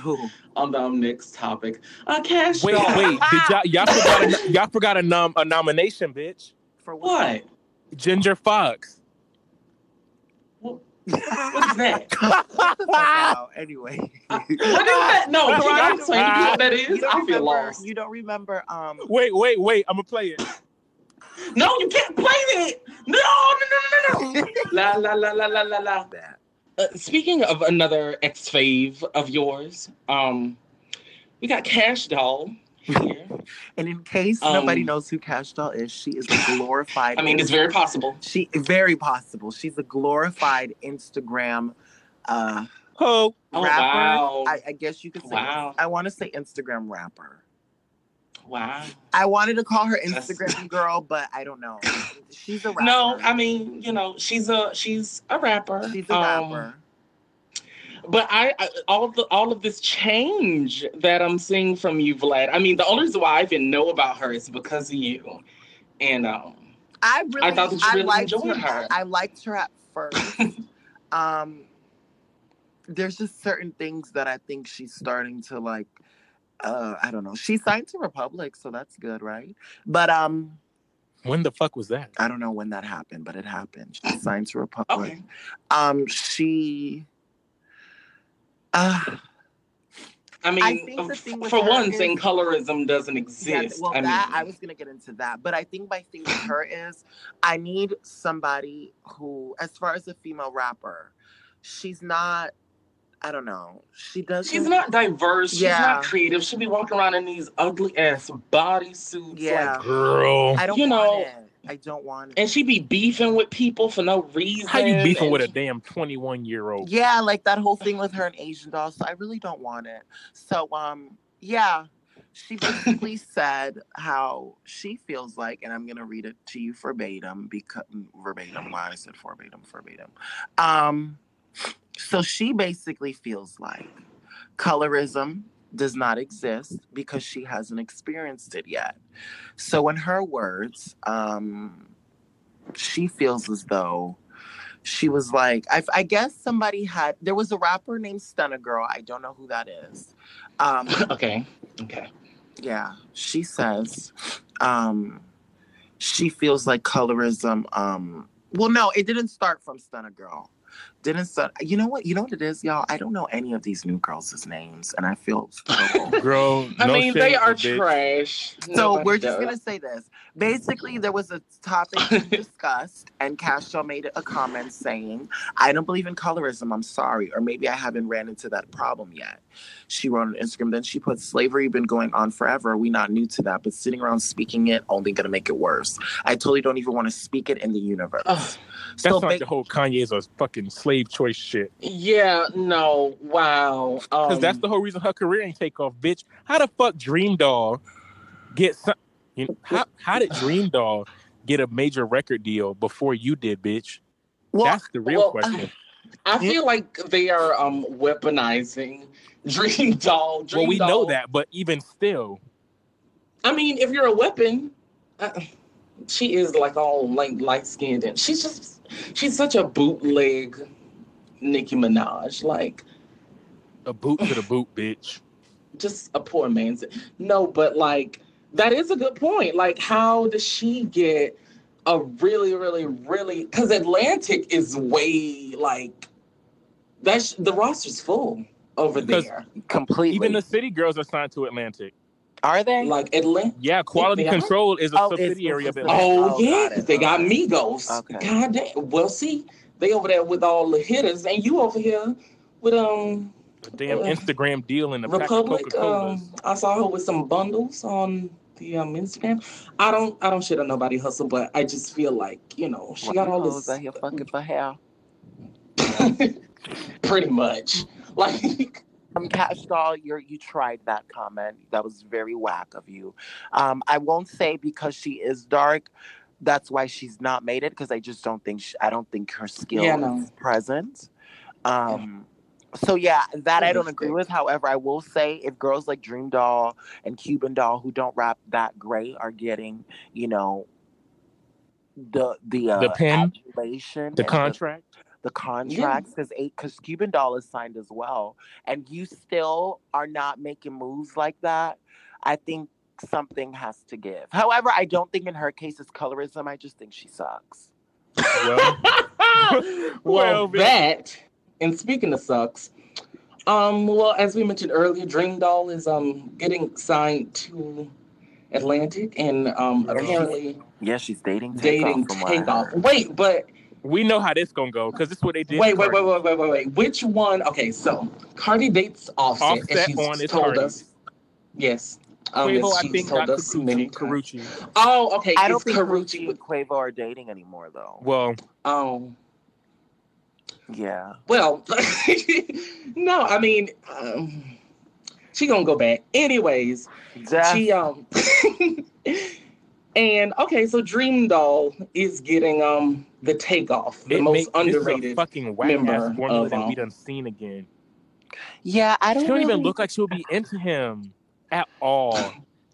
Speaker 2: Who?
Speaker 1: on the um, next topic. Uh, Cash
Speaker 3: Wait,
Speaker 1: Doll.
Speaker 3: wait. Did y'all, y'all forgot a, y'all forgot a, nom, a nomination, bitch.
Speaker 2: For what?
Speaker 1: What?
Speaker 3: Ginger Fox.
Speaker 1: What is that?
Speaker 2: Fuck out. Anyway,
Speaker 1: Uh, what is that? No,
Speaker 3: Uh,
Speaker 1: can y'all explain to me what that
Speaker 2: you
Speaker 1: is?
Speaker 2: don't
Speaker 1: I feel
Speaker 2: remember.
Speaker 1: lost.
Speaker 2: You don't remember. Um,
Speaker 3: Wait, wait, wait. I'm gonna play it.
Speaker 1: No, you can't play that. No, no, no, no, no. la la la la la la la.
Speaker 2: that.
Speaker 1: Uh, speaking of another ex fave of yours, um, we got Cash Doll here.
Speaker 2: And in case
Speaker 1: Um,
Speaker 2: nobody knows who Cash Doll is, she is a glorified.
Speaker 1: I mean, it's very possible.
Speaker 2: she very possible. She's a glorified Instagram. Uh,
Speaker 3: Oh,
Speaker 1: Oh
Speaker 2: rapper.
Speaker 1: wow!
Speaker 2: I, I guess you could say.
Speaker 1: Wow.
Speaker 2: I want to say Instagram rapper.
Speaker 1: wow.
Speaker 2: I wanted to call her
Speaker 1: That's-
Speaker 2: Instagram girl, but I don't know. She's a rapper.
Speaker 1: No, I mean, you know, she's a she's a rapper.
Speaker 2: she's a
Speaker 1: Um,
Speaker 2: rapper.
Speaker 1: But I, I all the all of this change that I'm seeing from you, Vlad. I mean, the only reason why I even know about her is because of you, and um,
Speaker 2: I really,
Speaker 1: I thought that you
Speaker 2: I
Speaker 1: really
Speaker 2: liked
Speaker 1: enjoyed her.
Speaker 2: I liked her at first. um, there's just certain things that I think she's starting to like. Uh, I don't know. She signed to Republic, so that's good, right? But um,
Speaker 3: when the fuck was that?
Speaker 2: I don't know when that happened, but it happened. She signed to Republic.
Speaker 1: okay.
Speaker 2: Um, she. Uh,
Speaker 1: I mean,
Speaker 2: think the thing with
Speaker 1: for
Speaker 2: her
Speaker 1: one
Speaker 2: is-
Speaker 1: thing, colorism doesn't
Speaker 2: Yeah,
Speaker 1: exist.
Speaker 2: well,
Speaker 1: I
Speaker 2: that
Speaker 1: mean,
Speaker 2: I was gonna get into that, but I think my thing with her is I need somebody who, as far as a female rapper, she's not. I don't know. She does.
Speaker 1: she's not diverse. She's
Speaker 2: Yeah.
Speaker 1: not creative. She'll be walking around in these ugly ass bodysuits.
Speaker 2: Yeah.
Speaker 1: Like,
Speaker 3: Girl,
Speaker 2: I don't.
Speaker 1: you
Speaker 2: want
Speaker 1: know,
Speaker 2: it. I don't want. It.
Speaker 1: and she be beefing with people for no reason.
Speaker 3: how you beefing
Speaker 1: and
Speaker 3: with a
Speaker 1: she-
Speaker 3: damn 21 year old?
Speaker 2: Yeah, like that whole thing with her and Asian doll. So I really don't want it. So um, yeah, she basically said how she feels like, and I'm gonna read it to you verbatim because verbatim. Why I said verbatim, verbatim. Um, so she basically feels like colorism does not exist because she hasn't experienced it yet. So, in her words, um, she feels as though she was like, I, I guess somebody had, there was a rapper named Stunna Girl. I don't know who that is. Um,
Speaker 1: Okay. Okay.
Speaker 2: yeah, she says um, she feels like colorism. Um, well, no, it didn't start from Stunna Girl. Didn't start. You know what? You know what it is, y'all. I don't know any of these new girls' names, and I feel. So
Speaker 3: Girl,
Speaker 1: I
Speaker 3: no
Speaker 1: mean,
Speaker 3: shade,
Speaker 1: they are
Speaker 3: bitch.
Speaker 1: trash.
Speaker 2: So
Speaker 1: Nobody
Speaker 2: we're just
Speaker 1: does.
Speaker 2: gonna say this. Basically, there was a topic discussed, and Castro made a comment saying, "I don't believe in colorism. I'm sorry, or maybe I haven't ran into that problem yet." She wrote on Instagram. Then she put, "Slavery been going on forever. We not new to that, but sitting around speaking it only gonna make it worse. I totally don't even want to speak it in the universe."
Speaker 1: Ugh.
Speaker 3: That's
Speaker 2: so
Speaker 3: not
Speaker 2: ba-
Speaker 3: the whole Kanye's a fucking slave choice shit.
Speaker 1: Yeah, no, wow.
Speaker 3: Because
Speaker 1: Um,
Speaker 3: that's the whole reason her career ain't take off, bitch. How the fuck Dream Doll get some? You know, how how did Dream Doll get a major record deal before you did, bitch?
Speaker 2: well,
Speaker 3: that's the real
Speaker 1: well,
Speaker 3: question.
Speaker 1: I feel like they are um weaponizing Dream Doll. Dream
Speaker 3: well, we know
Speaker 1: Doll.
Speaker 3: that, but even still,
Speaker 1: I mean, if you're a weapon, uh, she is like all like light skinned, and she's just she's such a bootleg Nicki Minaj, like
Speaker 3: a boot to the boot, bitch.
Speaker 1: just a poor man's. No, but like that is a good point. Like, how does she get a really, really, really? Because Atlantic is way like that's the roster's full over
Speaker 3: Because-
Speaker 1: there.
Speaker 2: completely.
Speaker 3: Even the city girls are signed to Atlantic.
Speaker 2: are they?
Speaker 1: Like Atlantic.
Speaker 3: Yeah, Quality
Speaker 1: they are?
Speaker 3: Control is a
Speaker 2: Oh, it's-
Speaker 3: subsidiary
Speaker 2: it's a
Speaker 3: of Atlantic.
Speaker 1: Oh,
Speaker 2: Oh,
Speaker 1: yeah,
Speaker 2: got it.
Speaker 1: they got
Speaker 2: Okay.
Speaker 1: Migos.
Speaker 2: Okay.
Speaker 1: God damn. Well, see, they over there with all the hitters, and you over here with um
Speaker 3: A damn
Speaker 1: uh,
Speaker 3: Instagram deal and a pack of Coca
Speaker 1: Republic.
Speaker 3: Colas.
Speaker 1: Um, I saw her with some bundles on the um Instagram. I don't, I don't shit on nobody hustle, but I just feel like you know she got all this
Speaker 2: out here fucking for hell.
Speaker 1: pretty much. Like,
Speaker 2: Um, Cash Doll, you you tried that comment. That was very whack of you. Um, I won't say because she is dark. That's why she's not made it because I just don't think she, I don't think her skill
Speaker 1: Yeah, no.
Speaker 2: is present. Um, so yeah, that I don't agree with. However, I will say if girls like Dream Doll and Cuban Doll who don't rap that great are getting, you know, the the uh,
Speaker 3: The pen?
Speaker 2: adulation
Speaker 3: The
Speaker 2: and
Speaker 3: contract.
Speaker 2: the contracts because eight because Cuban Doll is signed as well, and you still are not making moves like that. I think something has to give. However, I don't think in her case it's colorism. I just think she sucks.
Speaker 3: Well,
Speaker 1: well,
Speaker 3: Well, bitch.
Speaker 1: that. And speaking of sucks, um, well, as we mentioned earlier, Dream Doll is um getting signed to Atlantic, and um
Speaker 2: Yeah.
Speaker 1: apparently
Speaker 2: Yeah, she's dating
Speaker 1: dating
Speaker 2: Takeoff. from what I
Speaker 1: Takeoff.
Speaker 2: heard.
Speaker 1: Wait, but
Speaker 3: we know how this gonna go because this is what they did.
Speaker 1: wait,
Speaker 3: to
Speaker 1: wait,
Speaker 3: Cardi.
Speaker 1: wait, wait, wait, wait, wait. Which one? Okay, so Cardi dates Offset, and
Speaker 3: Offset
Speaker 1: she's
Speaker 3: on is
Speaker 1: told
Speaker 3: Cardi.
Speaker 1: us. Yes. Um,
Speaker 3: Quavo,
Speaker 1: as
Speaker 3: I
Speaker 1: she's
Speaker 3: think
Speaker 1: told
Speaker 3: got
Speaker 1: us many
Speaker 3: Carucci.
Speaker 1: times.
Speaker 3: Carucci.
Speaker 1: Oh, okay.
Speaker 2: I don't
Speaker 1: it's
Speaker 2: think
Speaker 1: Carucci.
Speaker 2: Carucci and Quavo are dating anymore, though.
Speaker 3: Well,
Speaker 1: Oh.
Speaker 2: yeah,
Speaker 1: Well, no, I mean, um, she gonna go back. Anyways, she
Speaker 2: Def-
Speaker 1: um, and okay, so Dream Doll is getting um the takeoff, the
Speaker 3: it
Speaker 1: most
Speaker 3: make- This is a
Speaker 1: underrated.
Speaker 3: fucking whack
Speaker 1: member
Speaker 3: ass formula
Speaker 1: of,
Speaker 3: that
Speaker 1: um,
Speaker 3: we done seen again.
Speaker 2: yeah. I don't.
Speaker 3: She don't even
Speaker 2: really-
Speaker 3: look like she'll be into him at all.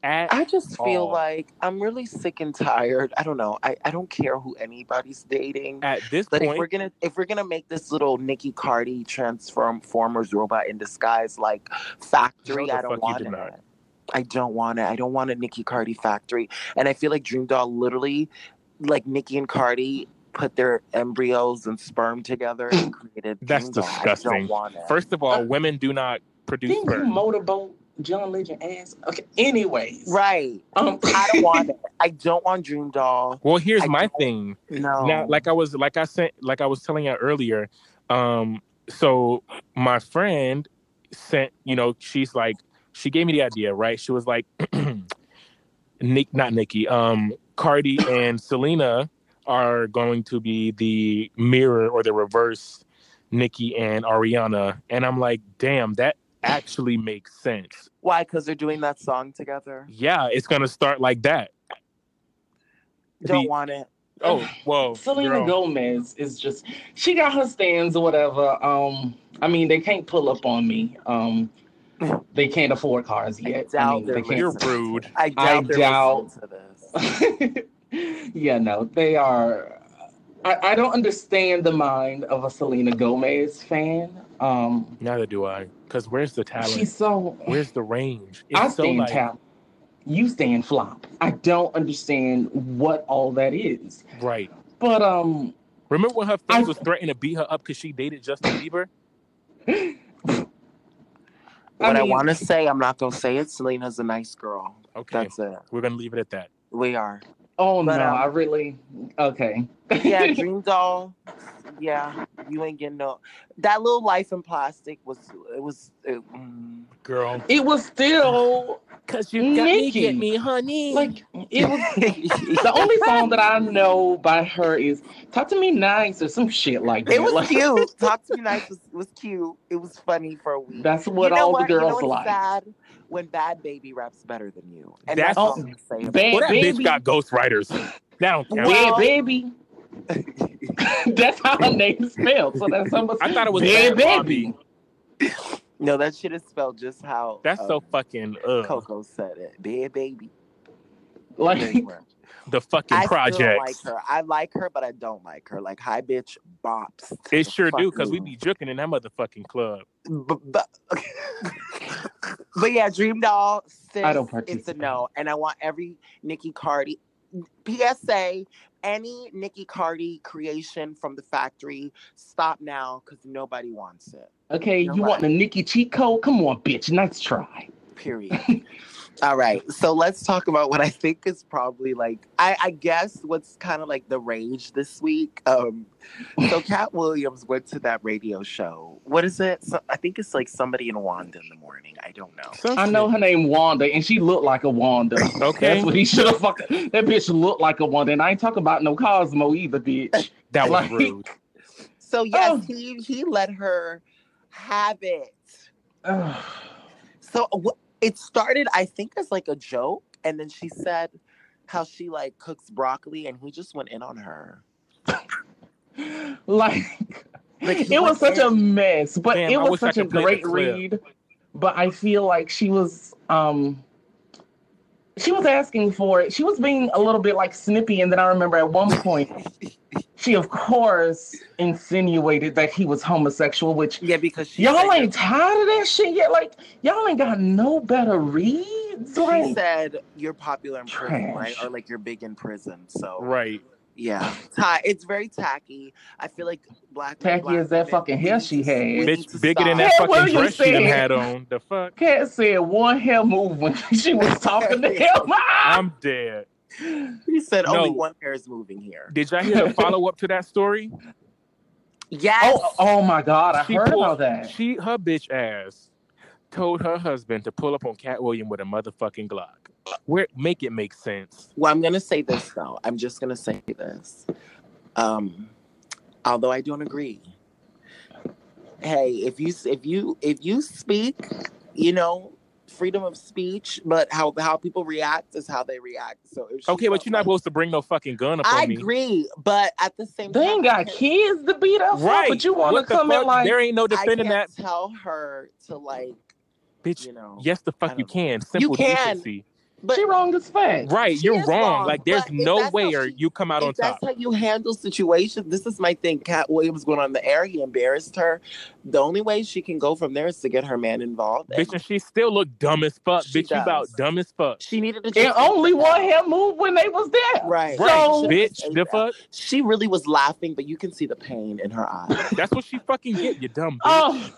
Speaker 3: At
Speaker 2: I just feel
Speaker 3: Oh.
Speaker 2: like I'm really sick and tired. I don't know. I, I don't care who anybody's dating.
Speaker 3: at this
Speaker 2: But if
Speaker 3: point,
Speaker 2: we're gonna if we're gonna make this little Nikki Cardi Transformers robot in disguise like factory,
Speaker 3: No, the
Speaker 2: I don't
Speaker 3: fuck you
Speaker 2: want
Speaker 3: do
Speaker 2: it.
Speaker 3: not.
Speaker 2: I don't want it. I don't want a Nikki Cardi factory. And I feel like Dream Doll literally, like Nikki and Cardi put their embryos and sperm together and created.
Speaker 3: That's
Speaker 2: Dream Doll. I
Speaker 3: disgusting.
Speaker 2: don't want it.
Speaker 3: first of all,
Speaker 1: Uh,
Speaker 3: women do not produce
Speaker 1: Didn't you
Speaker 3: sperm.
Speaker 1: motorboat John Legend ass? Okay. Anyways,
Speaker 2: right.
Speaker 1: Um,
Speaker 2: I don't want it. I don't want Dream Doll.
Speaker 3: Well, here's
Speaker 2: I
Speaker 3: my
Speaker 2: don't-
Speaker 3: thing.
Speaker 2: No.
Speaker 3: Now, like I was, like I said, like I was telling you earlier. Um, so my friend sent, you know, she's like, she gave me the idea, right? She was like, Nick, not Nikki, um, Cardi and Selena are going to be the mirror or the reverse Nikki and Ariana, and I'm like, damn, that actually makes sense.
Speaker 2: Why? Because they're doing that song together.
Speaker 3: Yeah, it's gonna start like that.
Speaker 2: Don't
Speaker 3: The-
Speaker 2: want it.
Speaker 3: Oh, whoa,
Speaker 1: Selena
Speaker 3: girl.
Speaker 1: Gomez is just she got her stands or whatever. Um, I mean they can't pull up on me. Um, they can't afford cars yet. I
Speaker 2: doubt
Speaker 1: mean, they
Speaker 2: they're
Speaker 1: can't-
Speaker 3: You're rude.
Speaker 2: I doubt.
Speaker 1: I
Speaker 2: they're
Speaker 1: doubt-
Speaker 2: listening to this.
Speaker 1: yeah, no, they are. I, I don't understand the mind of a Selena Gomez fan. Um,
Speaker 3: Neither do I. Because where's the talent?
Speaker 1: she's so.
Speaker 3: Where's the range?
Speaker 1: I
Speaker 3: so
Speaker 1: stand talent. You stand flop. I don't understand what all that is.
Speaker 3: right.
Speaker 1: But um,
Speaker 3: Remember when her friends was threatening to beat her up because she dated Justin Bieber?
Speaker 2: What I,
Speaker 1: mean-
Speaker 2: want to say, I'm not gonna say it. Selena's a nice girl.
Speaker 3: Okay,
Speaker 2: That's it.
Speaker 3: we're gonna leave it at that.
Speaker 2: We are.
Speaker 1: Oh
Speaker 2: But,
Speaker 1: no,
Speaker 2: um,
Speaker 1: I really okay.
Speaker 2: Yeah, Dream Doll. Yeah, you ain't getting no. That little life in plastic was. It was. It, mm.
Speaker 3: Girl,
Speaker 1: it was still
Speaker 3: cause
Speaker 1: you got me, get me,
Speaker 3: honey.
Speaker 1: like it was the only song that I know by her is "Talk to Me Nice" or some shit like that.
Speaker 2: It was
Speaker 1: Like,
Speaker 2: cute. Talk to me nice was, was cute. It was funny for a week.
Speaker 1: That's what
Speaker 2: you know
Speaker 1: all
Speaker 2: what?
Speaker 1: the girls
Speaker 2: you know what's
Speaker 1: like.
Speaker 2: Sad when bad baby raps better than you. And
Speaker 3: That's-
Speaker 2: that's, all I'm saying.
Speaker 1: Bad
Speaker 3: well, that bitch
Speaker 1: baby,
Speaker 3: got ghostwriters. That don't count.
Speaker 2: Well-
Speaker 1: bad baby. that's how her name is spelled. So that's almost.
Speaker 3: I thought it was
Speaker 1: bad
Speaker 3: Bad
Speaker 1: baby.
Speaker 2: No, that shit is spelled just how.
Speaker 3: That's
Speaker 2: uh,
Speaker 3: so fucking ugh.
Speaker 2: Coco said it. Bad baby.
Speaker 1: Like
Speaker 3: The fucking
Speaker 2: I still don't like
Speaker 3: projects.
Speaker 2: her. I like her, but I don't like her. Like, hi, bitch, bops. to the
Speaker 3: It sure do,
Speaker 2: fucking-
Speaker 3: cause we be jerking in that motherfucking club.
Speaker 2: B- but, but yeah, Dream Doll. Sis,
Speaker 1: I don't
Speaker 2: It's a
Speaker 1: participate.
Speaker 2: no, and I want every Nikki Cardi. PSA: Any Nikki Cardi creation from the factory, stop now because nobody wants it.
Speaker 1: okay,
Speaker 2: You're
Speaker 1: you
Speaker 2: right.
Speaker 1: want the Nikki cheat code? Come on, bitch. Nice try.
Speaker 2: Period. All right, so let's talk about what I think is probably like I, I guess what's kind of like the rage this week. Um, so Cat Williams went to that radio show. What is it? So, I think it's like somebody in Wanda in the morning. I don't know.
Speaker 1: I know her name Wanda, and she looked like a Wanda.
Speaker 3: Okay,
Speaker 1: That's what he should have fucking. That bitch looked like a Wanda, and I ain't talking about no Cosmo either, bitch.
Speaker 3: that was
Speaker 1: like-
Speaker 3: rude.
Speaker 2: So yes,
Speaker 1: Oh.
Speaker 2: he he let her have it.
Speaker 1: Ugh.
Speaker 2: So wh- it started, I think, as like a joke, and then she said how she like cooks broccoli, and he just went in on her.
Speaker 1: like
Speaker 2: Like, he
Speaker 1: it was
Speaker 2: went
Speaker 1: such a
Speaker 2: in.
Speaker 1: mess, but
Speaker 3: Damn,
Speaker 1: it
Speaker 3: I
Speaker 1: was
Speaker 3: wish I
Speaker 1: such a
Speaker 3: could play the
Speaker 1: great
Speaker 3: clip.
Speaker 1: read. But I feel like she was um she was asking for it. She was being a little bit like snippy, and then I remember at one point she of course insinuated that he was homosexual, which
Speaker 2: yeah because she
Speaker 1: y'all
Speaker 2: said-
Speaker 1: ain't tired of that shit yet. Like y'all ain't got no better reads.
Speaker 2: She
Speaker 1: Like
Speaker 2: said you're popular in prison, right?
Speaker 1: Trash.
Speaker 2: Or like you're big in prison. So
Speaker 3: Right.
Speaker 2: yeah, Ta- it's very tacky. I feel like black
Speaker 1: Tacky
Speaker 2: black
Speaker 1: as that
Speaker 2: women,
Speaker 1: fucking
Speaker 2: we
Speaker 1: hair
Speaker 2: need
Speaker 1: she
Speaker 2: to-
Speaker 1: had.
Speaker 2: we need
Speaker 3: Bitch
Speaker 2: to
Speaker 3: bigger than
Speaker 2: stop.
Speaker 3: that
Speaker 1: Yeah, what
Speaker 3: fucking
Speaker 1: you
Speaker 3: dress she done
Speaker 1: said.
Speaker 3: had on. The fuck?
Speaker 1: Cat said one hair move when she was talking to him.
Speaker 3: I'm dead.
Speaker 2: She said only
Speaker 3: No.
Speaker 2: one hair is moving here.
Speaker 3: Did y'all hear the follow up to that story?
Speaker 2: Yes.
Speaker 1: oh, oh my god, I
Speaker 3: She
Speaker 1: heard
Speaker 3: pulled-
Speaker 1: about that.
Speaker 3: She, her bitch ass, told her husband to pull up on Cat William with a motherfucking Glock. Where make it make sense?
Speaker 2: Well, I'm gonna say this though. I'm just gonna say this. Um, although I don't agree. Hey, if you if you if you speak, you know, freedom of speech, but how how people react is how they react. So if she
Speaker 3: Okay, but
Speaker 2: felt
Speaker 3: you're not
Speaker 2: like-
Speaker 3: supposed to bring no fucking gun up
Speaker 2: I
Speaker 3: on me.
Speaker 2: agree, but at the same
Speaker 1: They
Speaker 2: time,
Speaker 1: ain't got kids to beat up, for,
Speaker 3: Right.
Speaker 1: But you want to
Speaker 3: What the
Speaker 1: come in
Speaker 3: fuck?
Speaker 1: like
Speaker 3: there ain't no
Speaker 2: I can't
Speaker 3: defending that
Speaker 2: tell her to like,
Speaker 3: bitch.
Speaker 2: you know,
Speaker 3: Yes, the
Speaker 2: I
Speaker 3: fuck you
Speaker 2: don't
Speaker 3: can. Simple
Speaker 2: can.
Speaker 3: decency.
Speaker 2: but
Speaker 1: she wrong as fuck.
Speaker 3: Right,
Speaker 2: She
Speaker 3: you're
Speaker 2: is
Speaker 3: wrong.
Speaker 2: wrong,
Speaker 3: Like there's
Speaker 2: but if
Speaker 3: no
Speaker 2: that's
Speaker 3: way
Speaker 2: how
Speaker 3: or
Speaker 2: she-
Speaker 3: you come out on
Speaker 2: if
Speaker 3: top.
Speaker 2: that's how you handle situations, this is my thing. Cat Williams going on the air, he embarrassed her. The only way she can go from there is to get her man involved. and
Speaker 3: Bitch, and she still look dumb as fuck.
Speaker 2: She
Speaker 3: bitch, you about
Speaker 2: does.
Speaker 3: dumb as fuck.
Speaker 2: she needed to
Speaker 1: And oh
Speaker 2: just-
Speaker 1: only one hair moved when they was there.
Speaker 2: Right.
Speaker 3: Right,
Speaker 1: So-
Speaker 3: bitch.
Speaker 2: She
Speaker 3: The
Speaker 2: just-
Speaker 3: fuck?
Speaker 2: She really was laughing, but you can see the pain in her eyes.
Speaker 3: That's what she fucking get, you dumb bitch.
Speaker 1: Oh,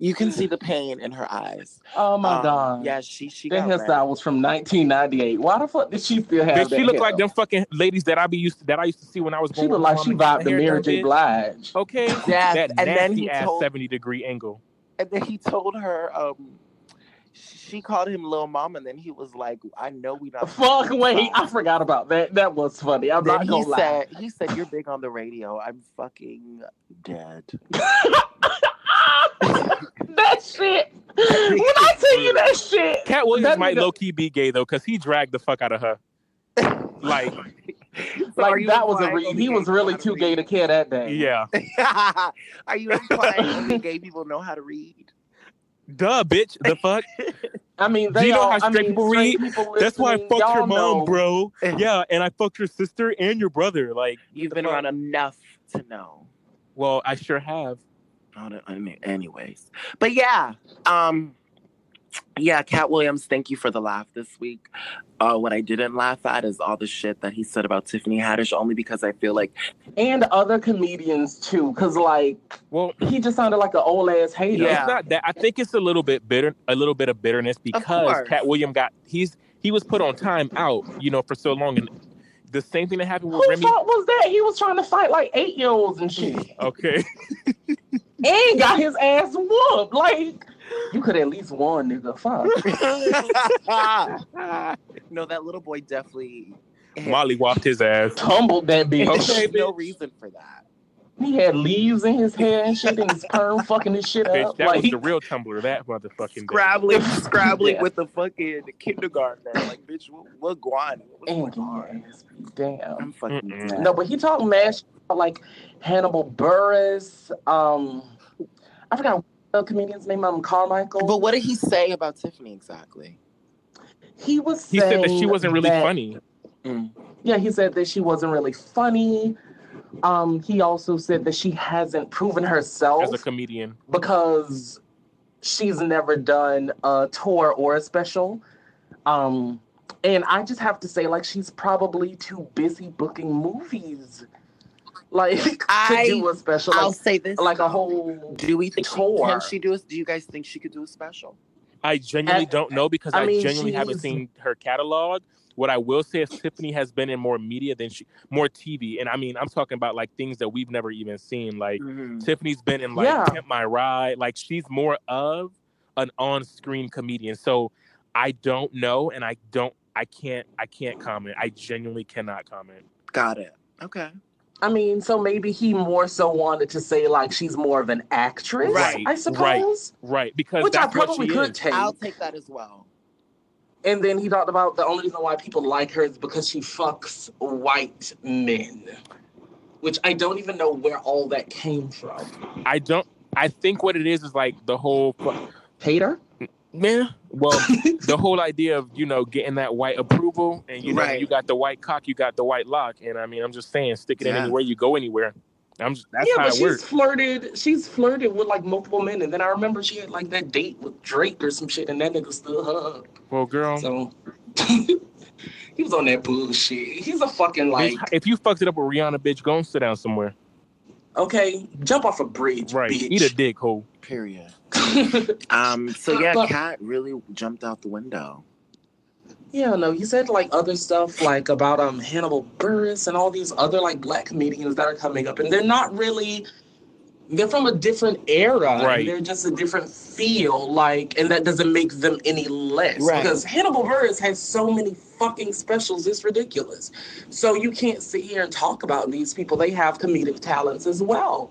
Speaker 2: You can see the pain in her eyes.
Speaker 1: oh my
Speaker 2: Um,
Speaker 1: god.
Speaker 2: Yeah, she she
Speaker 1: That
Speaker 2: got red.
Speaker 1: hairstyle was from 1998. Why the fuck did she still have
Speaker 3: bitch,
Speaker 1: that?
Speaker 3: she look
Speaker 1: hair?
Speaker 3: like them fucking ladies that I be used to that I used to see when I was
Speaker 1: She
Speaker 3: going
Speaker 1: looked like she vibed to Mary J.
Speaker 3: Black.
Speaker 1: Blige.
Speaker 2: Oh,
Speaker 3: Okay.
Speaker 2: Yes,
Speaker 3: That
Speaker 2: and then
Speaker 3: nasty
Speaker 2: he
Speaker 3: ass
Speaker 2: told
Speaker 3: seventy degree angle.
Speaker 2: and then he told her um she called him little mom and then he was like i know we not
Speaker 1: Fuck, wait, I forgot about that. That was funny. I'm
Speaker 2: then
Speaker 1: not
Speaker 2: oh. he
Speaker 1: gonna lie.
Speaker 2: said he said you're big on the radio i'm fucking dead
Speaker 1: that shit. When I tell you that shit,
Speaker 3: Cat Williams
Speaker 1: That
Speaker 3: might
Speaker 1: nigga-
Speaker 3: low key be gay though, cause he dragged the fuck out of her. Like,
Speaker 2: Are
Speaker 1: like
Speaker 2: you
Speaker 1: that was a
Speaker 2: implying
Speaker 1: re-
Speaker 2: only
Speaker 1: he
Speaker 2: gay
Speaker 1: was
Speaker 2: people
Speaker 1: really
Speaker 2: know how
Speaker 1: too
Speaker 2: to
Speaker 1: gay to
Speaker 2: read?
Speaker 1: care that day.
Speaker 3: yeah.
Speaker 2: are you implying only gay people know how to read
Speaker 3: Duh, bitch. The fuck?
Speaker 1: I mean, they
Speaker 3: Do you know
Speaker 1: all,
Speaker 3: how
Speaker 1: I
Speaker 3: straight
Speaker 1: mean,
Speaker 3: people
Speaker 1: straight
Speaker 3: read?
Speaker 1: people
Speaker 3: That's why I
Speaker 1: listening,
Speaker 3: fucked your
Speaker 1: y'all
Speaker 3: mom,
Speaker 1: know.
Speaker 3: bro. Yeah, and I fucked your sister and your brother. Like,
Speaker 2: you've
Speaker 3: the
Speaker 2: been
Speaker 3: fuck?
Speaker 2: around enough to know
Speaker 3: well, I sure have.
Speaker 2: I don't- I mean, anyways but yeah um yeah, Cat Williams, thank you for the laugh this week. Uh, what I didn't laugh at is all the shit that he said about Tiffany Haddish, only because I feel like
Speaker 1: and other comedians too, because like
Speaker 3: Well,
Speaker 1: he just sounded like an old ass hater.
Speaker 2: Yeah.
Speaker 3: it's not that. I think it's a little bit bitter, a little bit of bitterness because
Speaker 2: course.
Speaker 3: Cat William got he's he was put on time out, you know, for so long, and the same thing that happened with
Speaker 1: Who
Speaker 3: Remy.
Speaker 1: fault was that? He was trying to fight like eight year olds and shit.
Speaker 3: Okay,
Speaker 1: And got his ass whooped. Like you could at least one nigga. Fuck.
Speaker 2: no, that little boy definitely
Speaker 3: Molly whopped his ass.
Speaker 1: Tumbled that bitch.
Speaker 3: Okay,
Speaker 2: There's no
Speaker 3: bitch.
Speaker 2: reason for that.
Speaker 1: He had leaves in his hair and shit, and his perm fucking his shit
Speaker 3: Bitch,
Speaker 1: up.
Speaker 3: that
Speaker 1: like
Speaker 3: was the real Tumblr. That motherfucking day.
Speaker 2: Scrabbling, scrabbling
Speaker 1: Yeah.
Speaker 2: with the fucking kindergartner. Like, bitch, what, what guan? What
Speaker 1: and
Speaker 2: fucking guan?
Speaker 1: Lawrence, damn.
Speaker 2: I'm fucking
Speaker 3: Mm-mm.
Speaker 2: dead.
Speaker 1: No, but he talked mad shit about, like Hannibal Burris. Um, I forgot the comedian's name. Um, Carmichael.
Speaker 2: But what did he say about Tiffany exactly?
Speaker 1: he was.
Speaker 3: He said that she
Speaker 1: saying
Speaker 3: wasn't really
Speaker 1: that-
Speaker 3: funny.
Speaker 1: Yeah, he said that she wasn't really funny. Um, he also said that she hasn't proven herself
Speaker 3: as a comedian.
Speaker 1: because she's never done a tour or a special. Um, and I just have to say, like, she's probably too busy booking movies, like
Speaker 2: I-
Speaker 1: to do a special,
Speaker 2: I'll
Speaker 1: like,
Speaker 2: say this.
Speaker 1: like a whole.
Speaker 2: do we think she,
Speaker 1: tour.
Speaker 2: can she do a, Do you guys think she could do a special?
Speaker 3: I genuinely
Speaker 1: As-
Speaker 3: don't know because
Speaker 1: I
Speaker 3: I,
Speaker 1: mean,
Speaker 3: genuinely haven't
Speaker 1: she's-
Speaker 3: seen her catalog. What I will say is Tiffany has been in more media than she, more TV, and I mean, I'm talking about like things that we've never even seen. Like
Speaker 2: Mm-hmm.
Speaker 3: Tiffany's been in like
Speaker 1: Yeah.
Speaker 3: Pimp My Ride. Like she's more of an on-screen comedian. So I don't know, and I don't, I can't, I can't comment. I genuinely cannot comment.
Speaker 2: Got it. Okay.
Speaker 1: I mean, so maybe he more so wanted to say like she's more of an actress,
Speaker 3: Right,
Speaker 1: I
Speaker 3: right.
Speaker 1: suppose,
Speaker 3: Right? Because
Speaker 1: which I
Speaker 3: that's what
Speaker 1: probably
Speaker 3: she
Speaker 1: could
Speaker 3: is.
Speaker 1: take.
Speaker 2: I'll take that as well.
Speaker 1: And then he talked about the only reason why people like her is because she fucks white men, which I don't even know where all that came from.
Speaker 3: I don't. I think what it is is like the whole
Speaker 1: Hater?
Speaker 3: man. Well, the whole idea of you know getting that white approval and you know
Speaker 2: Right.
Speaker 3: you got the white cock you got the white lock and i mean i'm just saying stick it in
Speaker 2: Yeah.
Speaker 3: anywhere you go anywhere i'm just that's
Speaker 1: yeah,
Speaker 3: how
Speaker 1: but
Speaker 3: it
Speaker 1: she's
Speaker 3: works
Speaker 1: flirted. She's flirted with like multiple men, and then I remember she had like that date with Drake or some shit, and that nigga still hugged.
Speaker 3: well girl
Speaker 1: So he was on that bullshit. He's a fucking like
Speaker 3: bitch, if you fucked it up with rihanna bitch go and sit down somewhere
Speaker 1: okay, jump off a bridge,
Speaker 3: right
Speaker 1: bitch.
Speaker 3: eat a dick hole
Speaker 2: Period. Um. So yeah,
Speaker 1: But-
Speaker 2: Kat really jumped out the window.
Speaker 1: Yeah, no, you said like other stuff like about um Hannibal Burris and all these other like black comedians that are coming up and they're not really they're from a different era. and
Speaker 3: Right.
Speaker 1: They're just a different feel, like and that doesn't make them any less.
Speaker 2: Right.
Speaker 1: Because Hannibal Burris has so many fucking specials, it's ridiculous. So you can't sit here and talk about these people. They have comedic talents as well.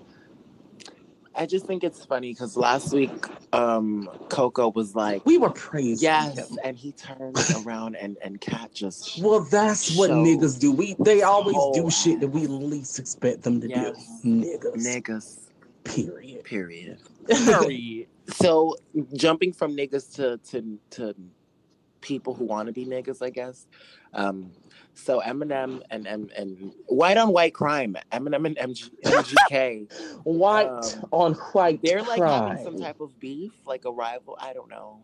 Speaker 2: I just think it's funny because last week, um, Coco was like,
Speaker 1: We were praising
Speaker 2: "Yes,"
Speaker 1: him.
Speaker 2: and he turned around and and Kat just
Speaker 1: Well, that's what
Speaker 2: So-
Speaker 1: niggas do. We they always
Speaker 2: so-
Speaker 1: do shit that we least expect them to
Speaker 2: Yes.
Speaker 1: do. Niggas.
Speaker 2: niggas.
Speaker 1: Period.
Speaker 2: Period.
Speaker 3: Sorry.
Speaker 2: So jumping from niggas to to to people who want to be niggas, I guess. Um, so Eminem and and, and white on white crime. Eminem and MG, MGK.
Speaker 1: white
Speaker 2: Um,
Speaker 1: on white.
Speaker 2: They're like
Speaker 1: pride.
Speaker 2: having some type of beef, like a rival. I don't know.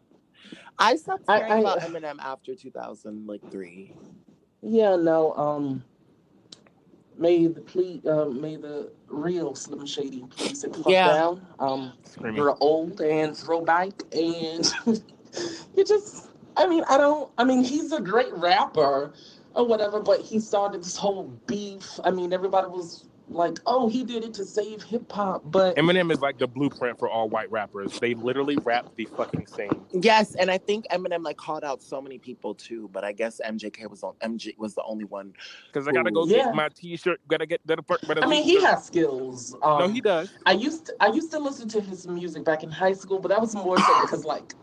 Speaker 2: I stopped
Speaker 1: I-
Speaker 2: caring
Speaker 1: I-
Speaker 2: about Eminem after two thousand like three.
Speaker 1: Yeah, no. Um, may the plea, uh, may the real Slim Shady please sit the fuck
Speaker 2: Yeah.
Speaker 1: down. Um,
Speaker 3: Screaming.
Speaker 1: you're old and throwback, and you just. I mean, I don't. I mean, he's a great rapper or whatever, but he started this whole beef. I mean, everybody was like, "Oh, he did it to save hip hop," but
Speaker 3: eminem is like the blueprint for all white rappers they literally rap the fucking same
Speaker 2: Yes, and I think Eminem like called out so many people too, but I guess MJK was on MJ was the only one.
Speaker 3: because i gotta go
Speaker 1: Ooh. Yeah.
Speaker 3: get my t-shirt gotta get that
Speaker 1: I mean, he has skills. Um,
Speaker 3: no he does
Speaker 1: I used to, I used to listen to his music back in high school, but that was more so because like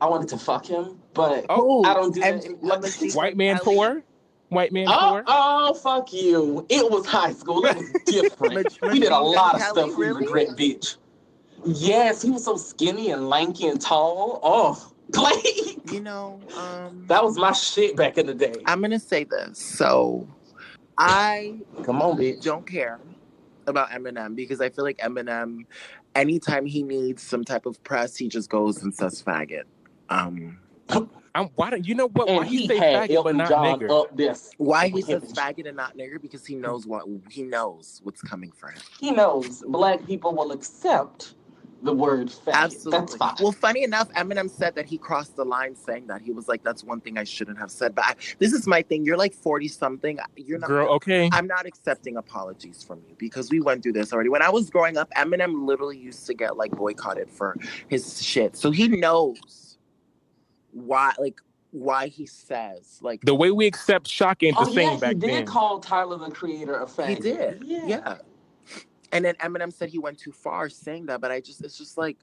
Speaker 1: I wanted to fuck him, but oh,
Speaker 3: oh
Speaker 1: I don't do
Speaker 2: and-
Speaker 1: that. Like,
Speaker 3: white man
Speaker 2: Ellie-
Speaker 3: poor white man
Speaker 1: oh,
Speaker 3: poor
Speaker 1: oh, fuck you! It was high school. It was different. we did a lot of
Speaker 2: Kelly,
Speaker 1: stuff we
Speaker 2: really?
Speaker 1: regret, bitch. Yes, he was so skinny and lanky and tall. Oh, like
Speaker 2: You know, um,
Speaker 1: that was my shit back in the day.
Speaker 2: I'm gonna say this. So, I
Speaker 1: Come on, bitch.
Speaker 2: don't care about Eminem because I feel like Eminem, anytime he needs some type of press, he just goes and says faggot. Um,
Speaker 3: I'm, why don't you know what? Why
Speaker 1: And
Speaker 3: he
Speaker 1: he
Speaker 3: say
Speaker 1: had
Speaker 3: faggot but
Speaker 1: Elton
Speaker 3: not
Speaker 1: John
Speaker 3: nigger?
Speaker 1: up this.
Speaker 2: why he
Speaker 1: With
Speaker 2: says
Speaker 1: him.
Speaker 2: faggot and not nigger because he knows what he knows what's coming for him.
Speaker 1: He knows black people will accept the word faggot.
Speaker 2: Absolutely.
Speaker 1: That's fine.
Speaker 2: Well, funny enough, Eminem said that he crossed the line saying that. He was like, "That's one thing I shouldn't have said." But I, this is my thing. You're like forty something. You're not.
Speaker 3: Girl, okay.
Speaker 2: I'm not accepting apologies from you because we went through this already. When I was growing up, Eminem literally used to get like boycotted for his shit. So he knows why, like why he says like
Speaker 3: The way we accept shock ain't the
Speaker 1: oh
Speaker 3: same
Speaker 1: yeah, he
Speaker 3: back
Speaker 1: did
Speaker 3: then.
Speaker 1: call Tyler the Creator a faggot.
Speaker 2: he did.
Speaker 1: Yeah.
Speaker 2: yeah. And then Eminem said he went too far saying that, but I just it's just like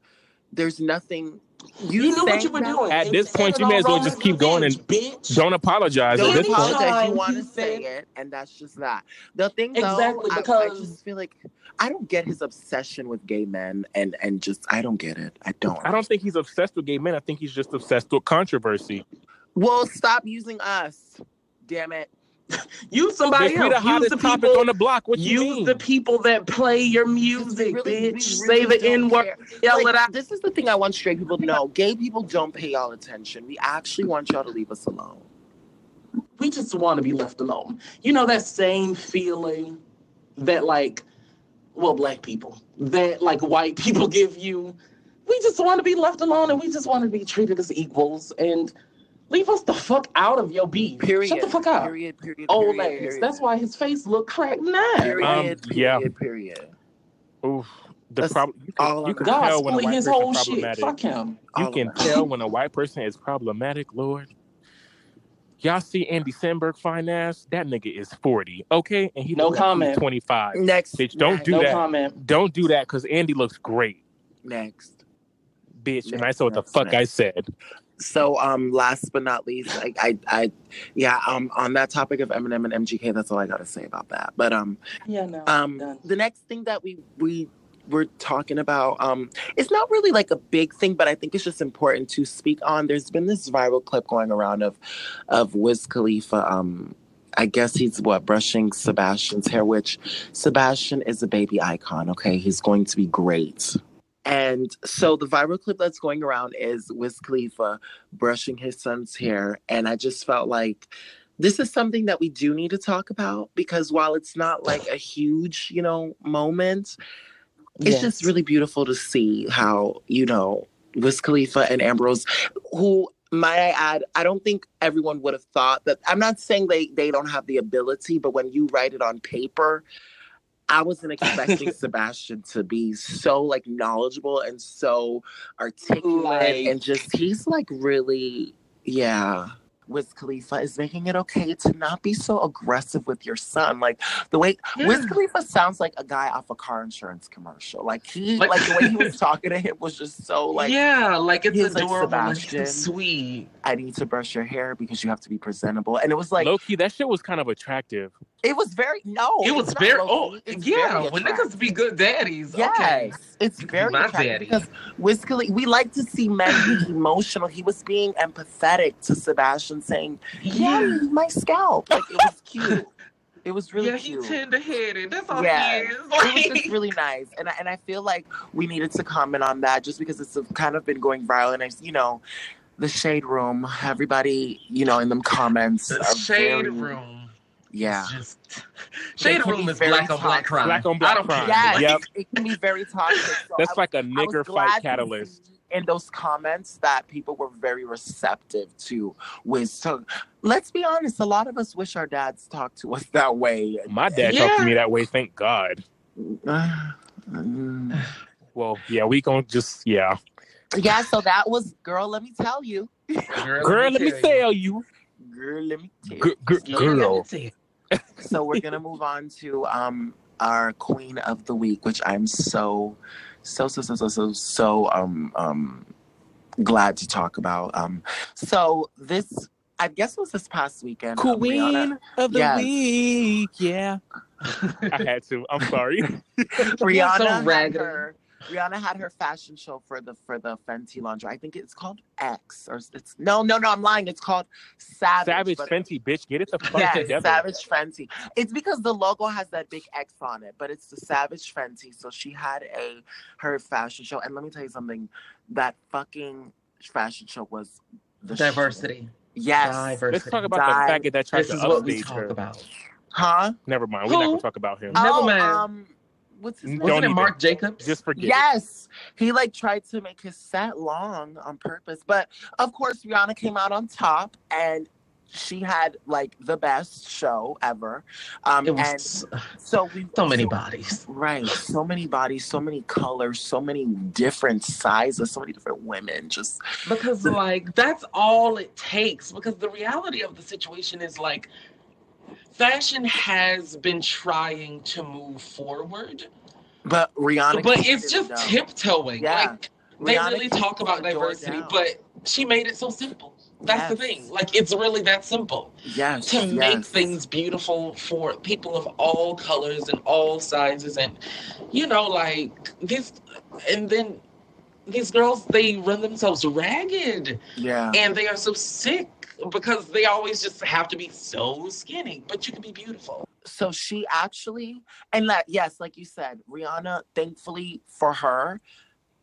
Speaker 2: there's nothing
Speaker 1: You, knew what you were doing.
Speaker 3: At
Speaker 1: It
Speaker 3: this
Speaker 1: was
Speaker 3: point, you may as well
Speaker 1: Roman's
Speaker 3: just keep going and-
Speaker 1: Revenge, bitch.
Speaker 3: Don't apologize at
Speaker 2: Don't
Speaker 3: this
Speaker 1: Anytime
Speaker 3: point.
Speaker 2: apologize. You
Speaker 1: he
Speaker 2: want to say
Speaker 1: said-
Speaker 2: it, and that's just that. The thing,
Speaker 1: Exactly,
Speaker 2: though, I- I,
Speaker 1: because-
Speaker 2: just feel like I don't get his obsession with gay men, and and just I don't get it. I don't.
Speaker 3: I don't think he's obsessed with gay men. I think he's just obsessed with controversy.
Speaker 2: Well, stop using us. Damn it.
Speaker 1: Use somebody
Speaker 3: Bitch, we the
Speaker 1: else. Use
Speaker 3: hottest
Speaker 1: the
Speaker 3: topic
Speaker 1: people.
Speaker 3: on the block. What you
Speaker 1: Use
Speaker 3: mean?
Speaker 1: the people that play your music,
Speaker 2: Really, we
Speaker 1: bitch.
Speaker 2: really
Speaker 1: Say the
Speaker 2: don't
Speaker 1: N word.
Speaker 2: care.
Speaker 1: Yell it
Speaker 2: Like,
Speaker 1: out.
Speaker 2: This is the thing I want straight people to know. Gay people don't pay y'all attention. We actually want y'all to leave us alone.
Speaker 1: we just want to be left alone. You know that same feeling that like, well, black people that like white people give you. We just want to be left alone, and we just want to be treated as equals, and leave us the fuck out of your beef.
Speaker 2: Period.
Speaker 1: Shut the fuck up,
Speaker 2: Period. Period.
Speaker 1: old
Speaker 2: period,
Speaker 1: ass.
Speaker 2: period.
Speaker 1: That's why his face look cracked now.
Speaker 2: Period.
Speaker 3: Um,
Speaker 2: period,
Speaker 3: yeah.
Speaker 2: Period.
Speaker 3: Oof, the
Speaker 2: That's
Speaker 3: problem. You
Speaker 2: all
Speaker 3: can, you
Speaker 2: I'm
Speaker 3: can
Speaker 2: asking.
Speaker 1: God
Speaker 3: tell when a
Speaker 1: split
Speaker 3: white
Speaker 1: his
Speaker 3: person
Speaker 1: whole shit.
Speaker 3: problematic.
Speaker 1: Fuck him.
Speaker 2: All
Speaker 3: You
Speaker 2: of
Speaker 3: can
Speaker 2: it.
Speaker 3: tell when a white person is problematic, Lord. Y'all see Andy Sandberg fine ass? That nigga is 40, okay? And he
Speaker 1: No
Speaker 3: looks like he's
Speaker 1: comment.
Speaker 3: 25.
Speaker 2: Next.
Speaker 3: Bitch, don't
Speaker 2: next,
Speaker 3: do
Speaker 1: no
Speaker 3: that.
Speaker 1: comment.
Speaker 3: Don't do that because Andy looks great,
Speaker 2: Next.
Speaker 3: bitch. And I
Speaker 2: Next,
Speaker 3: said what the
Speaker 2: next,
Speaker 3: fuck I
Speaker 2: next.
Speaker 3: said.
Speaker 2: So, um, last but not least, I, I, I, yeah, um, on that topic of Eminem and MGK, that's all I gotta say about that. But um,
Speaker 1: Yeah, no.
Speaker 2: um,
Speaker 1: done.
Speaker 2: the next thing that we we were talking about, um, it's not really like a big thing, but I think it's just important to speak on. There's been this viral clip going around of, of Wiz Khalifa, um. I guess he's what brushing Sebastian's hair, which Sebastian is a baby icon. Okay, he's going to be great. And so the viral clip that's going around is Wiz Khalifa brushing his son's hair. And I just felt like this is something that we do need to talk about because while it's not like a huge, you know, moment, it's just really beautiful to see how, you know, Wiz Khalifa and Ambrose, who might I add, I don't think everyone would have thought that I'm not saying they they don't have the ability, but when you write it on paper, I wasn't expecting Sebastian to be so like knowledgeable and so articulate
Speaker 1: Like-
Speaker 2: and just he's like really yeah. Wiz Khalifa is making it okay to not be so aggressive with your son. Like the way Wiz
Speaker 1: Hmm.
Speaker 2: Khalifa sounds like a guy off a car insurance commercial. Like he
Speaker 1: Like-
Speaker 2: like, the way he was talking to him was just so like
Speaker 1: yeah, like it's
Speaker 2: he's like
Speaker 1: adorable and
Speaker 2: Sebastian.
Speaker 1: sweet.
Speaker 2: I need to brush your hair because you have to be presentable. And it was like
Speaker 3: Low key, that shit was kind of attractive.
Speaker 2: it was very no.
Speaker 1: It was
Speaker 2: it's not
Speaker 1: very
Speaker 2: low-key.
Speaker 1: oh
Speaker 2: It's
Speaker 1: yeah.
Speaker 2: very
Speaker 1: When
Speaker 2: attractive.
Speaker 1: niggas be good daddies,
Speaker 2: Yes,
Speaker 1: okay.
Speaker 2: it's very
Speaker 1: My
Speaker 2: attractive
Speaker 1: daddy.
Speaker 2: because Wiz Khalifa, we like to see men be emotional. He was being empathetic to Sebastian, saying, "Yeah,
Speaker 1: Yeah,
Speaker 2: my scalp." Like it was cute. It was really
Speaker 1: yeah, he
Speaker 2: cute.
Speaker 1: tender headed. That's all
Speaker 2: Yeah.
Speaker 1: he is.
Speaker 2: it was just really nice, and I, and I feel like we needed to comment on that just because it's kind of been going viral, and I, you know, the shade room. Everybody, you know, in them comments,
Speaker 1: The
Speaker 2: are
Speaker 1: shade
Speaker 2: very-
Speaker 1: room.
Speaker 2: Yeah,
Speaker 1: Is just, shade
Speaker 2: can
Speaker 1: room
Speaker 2: be
Speaker 1: is
Speaker 2: very
Speaker 1: black on black
Speaker 2: toxic.
Speaker 1: crime.
Speaker 3: Black on black
Speaker 1: I don't
Speaker 3: crime.
Speaker 1: care.
Speaker 2: Yes.
Speaker 3: Yep.
Speaker 2: it can be very toxic. So I
Speaker 3: That's like a
Speaker 2: I was
Speaker 3: nigger
Speaker 2: glad
Speaker 3: fight
Speaker 2: to
Speaker 3: catalyst.
Speaker 2: see In those comments, that people were very receptive to Wiz. So let's be honest, a lot of us wish our dads talked to us that way.
Speaker 3: My dad
Speaker 1: Yeah.
Speaker 3: talked to me that way, thank God.
Speaker 2: yeah,
Speaker 3: Well, yeah, we gon' just, yeah.
Speaker 2: so that was, girl, let me tell you.
Speaker 3: Girl, let me
Speaker 1: tell you.
Speaker 3: tell you.
Speaker 2: Girl, let me tell
Speaker 3: G-
Speaker 2: you.
Speaker 3: g- girl.
Speaker 1: Let me tell you.
Speaker 2: So we're going to move on to um our queen of the week, which I'm so, so, so, so, so, so, so, um, um, glad to talk about. Um, so this, I guess, was this past weekend. um, Rihanna-
Speaker 3: of
Speaker 2: the Yes.
Speaker 3: week. Yeah. I had to. I'm sorry.
Speaker 2: Rihanna
Speaker 1: so
Speaker 2: had
Speaker 1: raggedy.
Speaker 2: her. Rihanna had her fashion show for the for the Fenty lingerie. I think it's called X or it's no no no I'm lying. It's called Savage.
Speaker 3: Savage
Speaker 2: but-
Speaker 3: Fenty, bitch. Get it the fuck
Speaker 2: Yes,
Speaker 3: together.
Speaker 2: Savage Fenty. It's because the logo has that big X on it, but it's the Savage Fenty. So she had a her fashion show, and let me tell you something. That fucking fashion show was the shit.
Speaker 1: diversity.
Speaker 2: Yes.
Speaker 1: Diversity.
Speaker 3: Let's talk about
Speaker 2: Died.
Speaker 3: the faggot that tried
Speaker 1: this
Speaker 3: to
Speaker 1: is what we
Speaker 3: upstage
Speaker 1: talk
Speaker 3: her.
Speaker 1: about.
Speaker 2: Huh?
Speaker 3: Never mind. We're not
Speaker 1: Who?
Speaker 3: gonna talk about him.
Speaker 1: Never
Speaker 2: oh,
Speaker 1: mind.
Speaker 2: Um, what's his
Speaker 3: Don't
Speaker 2: name?
Speaker 1: Wasn't it
Speaker 3: even.
Speaker 1: Mark Jacobs?
Speaker 3: Just forget. it.
Speaker 2: Yes, he like tried to make his set long on purpose, but of course Rihanna came out on top, and she had like the best show ever. Um,
Speaker 1: it was
Speaker 2: and
Speaker 1: so,
Speaker 2: so we
Speaker 1: so many bodies.
Speaker 2: Right, so many bodies, so many colors, so many different sizes, so many different women. Just
Speaker 4: because
Speaker 1: Like that's all it takes because the reality of the situation is like fashion has been trying to move forward,
Speaker 2: but Rihanna,
Speaker 1: but
Speaker 2: kicked
Speaker 1: it's
Speaker 2: it
Speaker 1: just
Speaker 2: down.
Speaker 1: tiptoewing.
Speaker 2: Yeah.
Speaker 1: Like they
Speaker 2: Rihanna
Speaker 1: really
Speaker 2: kicked
Speaker 1: talk about
Speaker 2: the door
Speaker 1: diversity,
Speaker 2: down.
Speaker 1: but she made it so simple. That's the
Speaker 2: Yes.
Speaker 1: thing. Like it's really that simple
Speaker 2: yes,
Speaker 1: to
Speaker 2: yes.
Speaker 1: make things beautiful for people of all colors and all sizes and you know like this and then these girls they run themselves ragged
Speaker 2: yeah,
Speaker 1: and they are so sick because they always just have to be so skinny but you can be beautiful
Speaker 2: so she actually and that yes like you said rihanna thankfully for her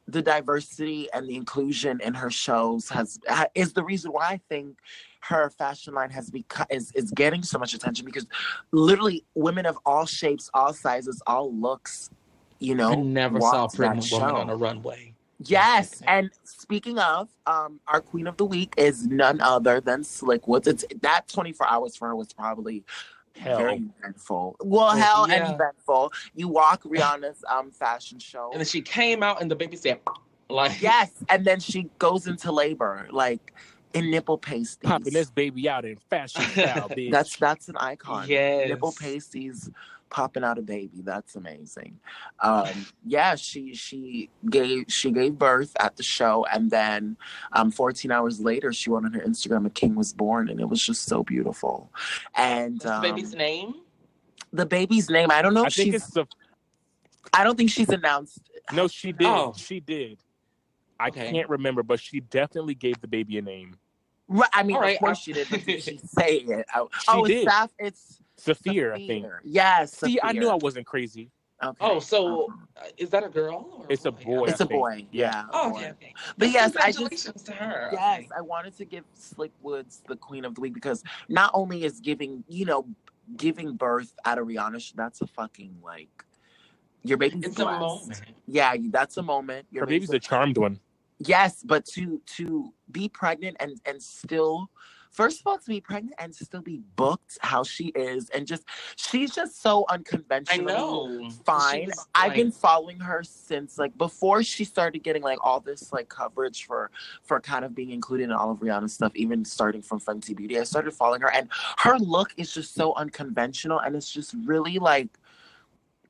Speaker 2: the diversity and the inclusion in her shows has ha- is the reason why i think her fashion line has become is, is getting so much attention because literally women of all shapes all sizes all looks you know
Speaker 1: i never
Speaker 2: watch
Speaker 1: saw a pretty
Speaker 2: that
Speaker 1: woman
Speaker 2: show.
Speaker 1: on a runway
Speaker 2: Yes, and speaking of, um, our queen of the week is none other than Slick Woods. It's that twenty four hours for her was probably
Speaker 3: Hell.
Speaker 2: very eventful. Well, hell
Speaker 1: yeah.
Speaker 2: and eventful. You walk Rihanna's um fashion show.
Speaker 1: and then she came out and the baby said like
Speaker 2: Yes, and then she goes into labor, like in nipple pasties.
Speaker 3: Popping this baby out in fashion style, bitch.
Speaker 2: That's that's an icon.
Speaker 1: yes
Speaker 2: Nipple pasties popping out a baby. That's amazing. Um, yeah, she she gave she gave birth at the show, and then um, 14 hours later, she went on her Instagram. A king was born, and it was just so beautiful. And
Speaker 1: What's the
Speaker 2: um,
Speaker 1: baby's name
Speaker 2: the baby's name, I don't know.
Speaker 3: I
Speaker 2: If
Speaker 3: think
Speaker 2: she's,
Speaker 3: it's the
Speaker 2: I don't think she's announced.
Speaker 3: no. She did.
Speaker 1: Oh.
Speaker 3: She did. I
Speaker 1: Okay.
Speaker 3: can't remember, but she definitely gave the baby a name.
Speaker 2: Right, I mean,
Speaker 1: All right,
Speaker 2: of course
Speaker 1: I-
Speaker 2: she did. But did she say it? Oh,
Speaker 3: She
Speaker 2: oh, it's
Speaker 3: did.
Speaker 2: Saf- It's
Speaker 3: Saphir, I think.
Speaker 2: Saphir. Yes.
Speaker 3: See, I
Speaker 2: Saphir.
Speaker 3: knew I wasn't crazy.
Speaker 2: Okay.
Speaker 1: Oh, so
Speaker 2: Um,
Speaker 1: uh, is that a girl? Or
Speaker 3: It's a boy.
Speaker 2: it's
Speaker 3: I
Speaker 2: a
Speaker 3: think.
Speaker 2: boy.
Speaker 3: Yeah.
Speaker 2: Yeah.
Speaker 1: Oh,
Speaker 2: boy.
Speaker 1: okay, okay.
Speaker 2: But yes, I just
Speaker 1: congratulations to her.
Speaker 2: Yes,
Speaker 1: Okay.
Speaker 2: I wanted to give Slick Woods the Queen of the Week because not only is giving, you know, giving birth out of Rihanna, sh- that's a fucking like your baby's
Speaker 1: It's
Speaker 2: blessed.
Speaker 1: a moment.
Speaker 2: Yeah, you- that's a moment. Your
Speaker 3: Her baby's a charmed one.
Speaker 2: yes, but to to be pregnant and and still. First of all, to be pregnant and to still be booked how she is, and just she's just so
Speaker 1: I
Speaker 2: unconventional
Speaker 1: know. She
Speaker 2: fine.
Speaker 1: was
Speaker 2: I've been
Speaker 1: like-
Speaker 2: following her since like before she started getting like all this like coverage for for kind of being included in all of Rihanna's stuff, even starting from Fenty Beauty. I started following her and her look is just so unconventional and it's just really like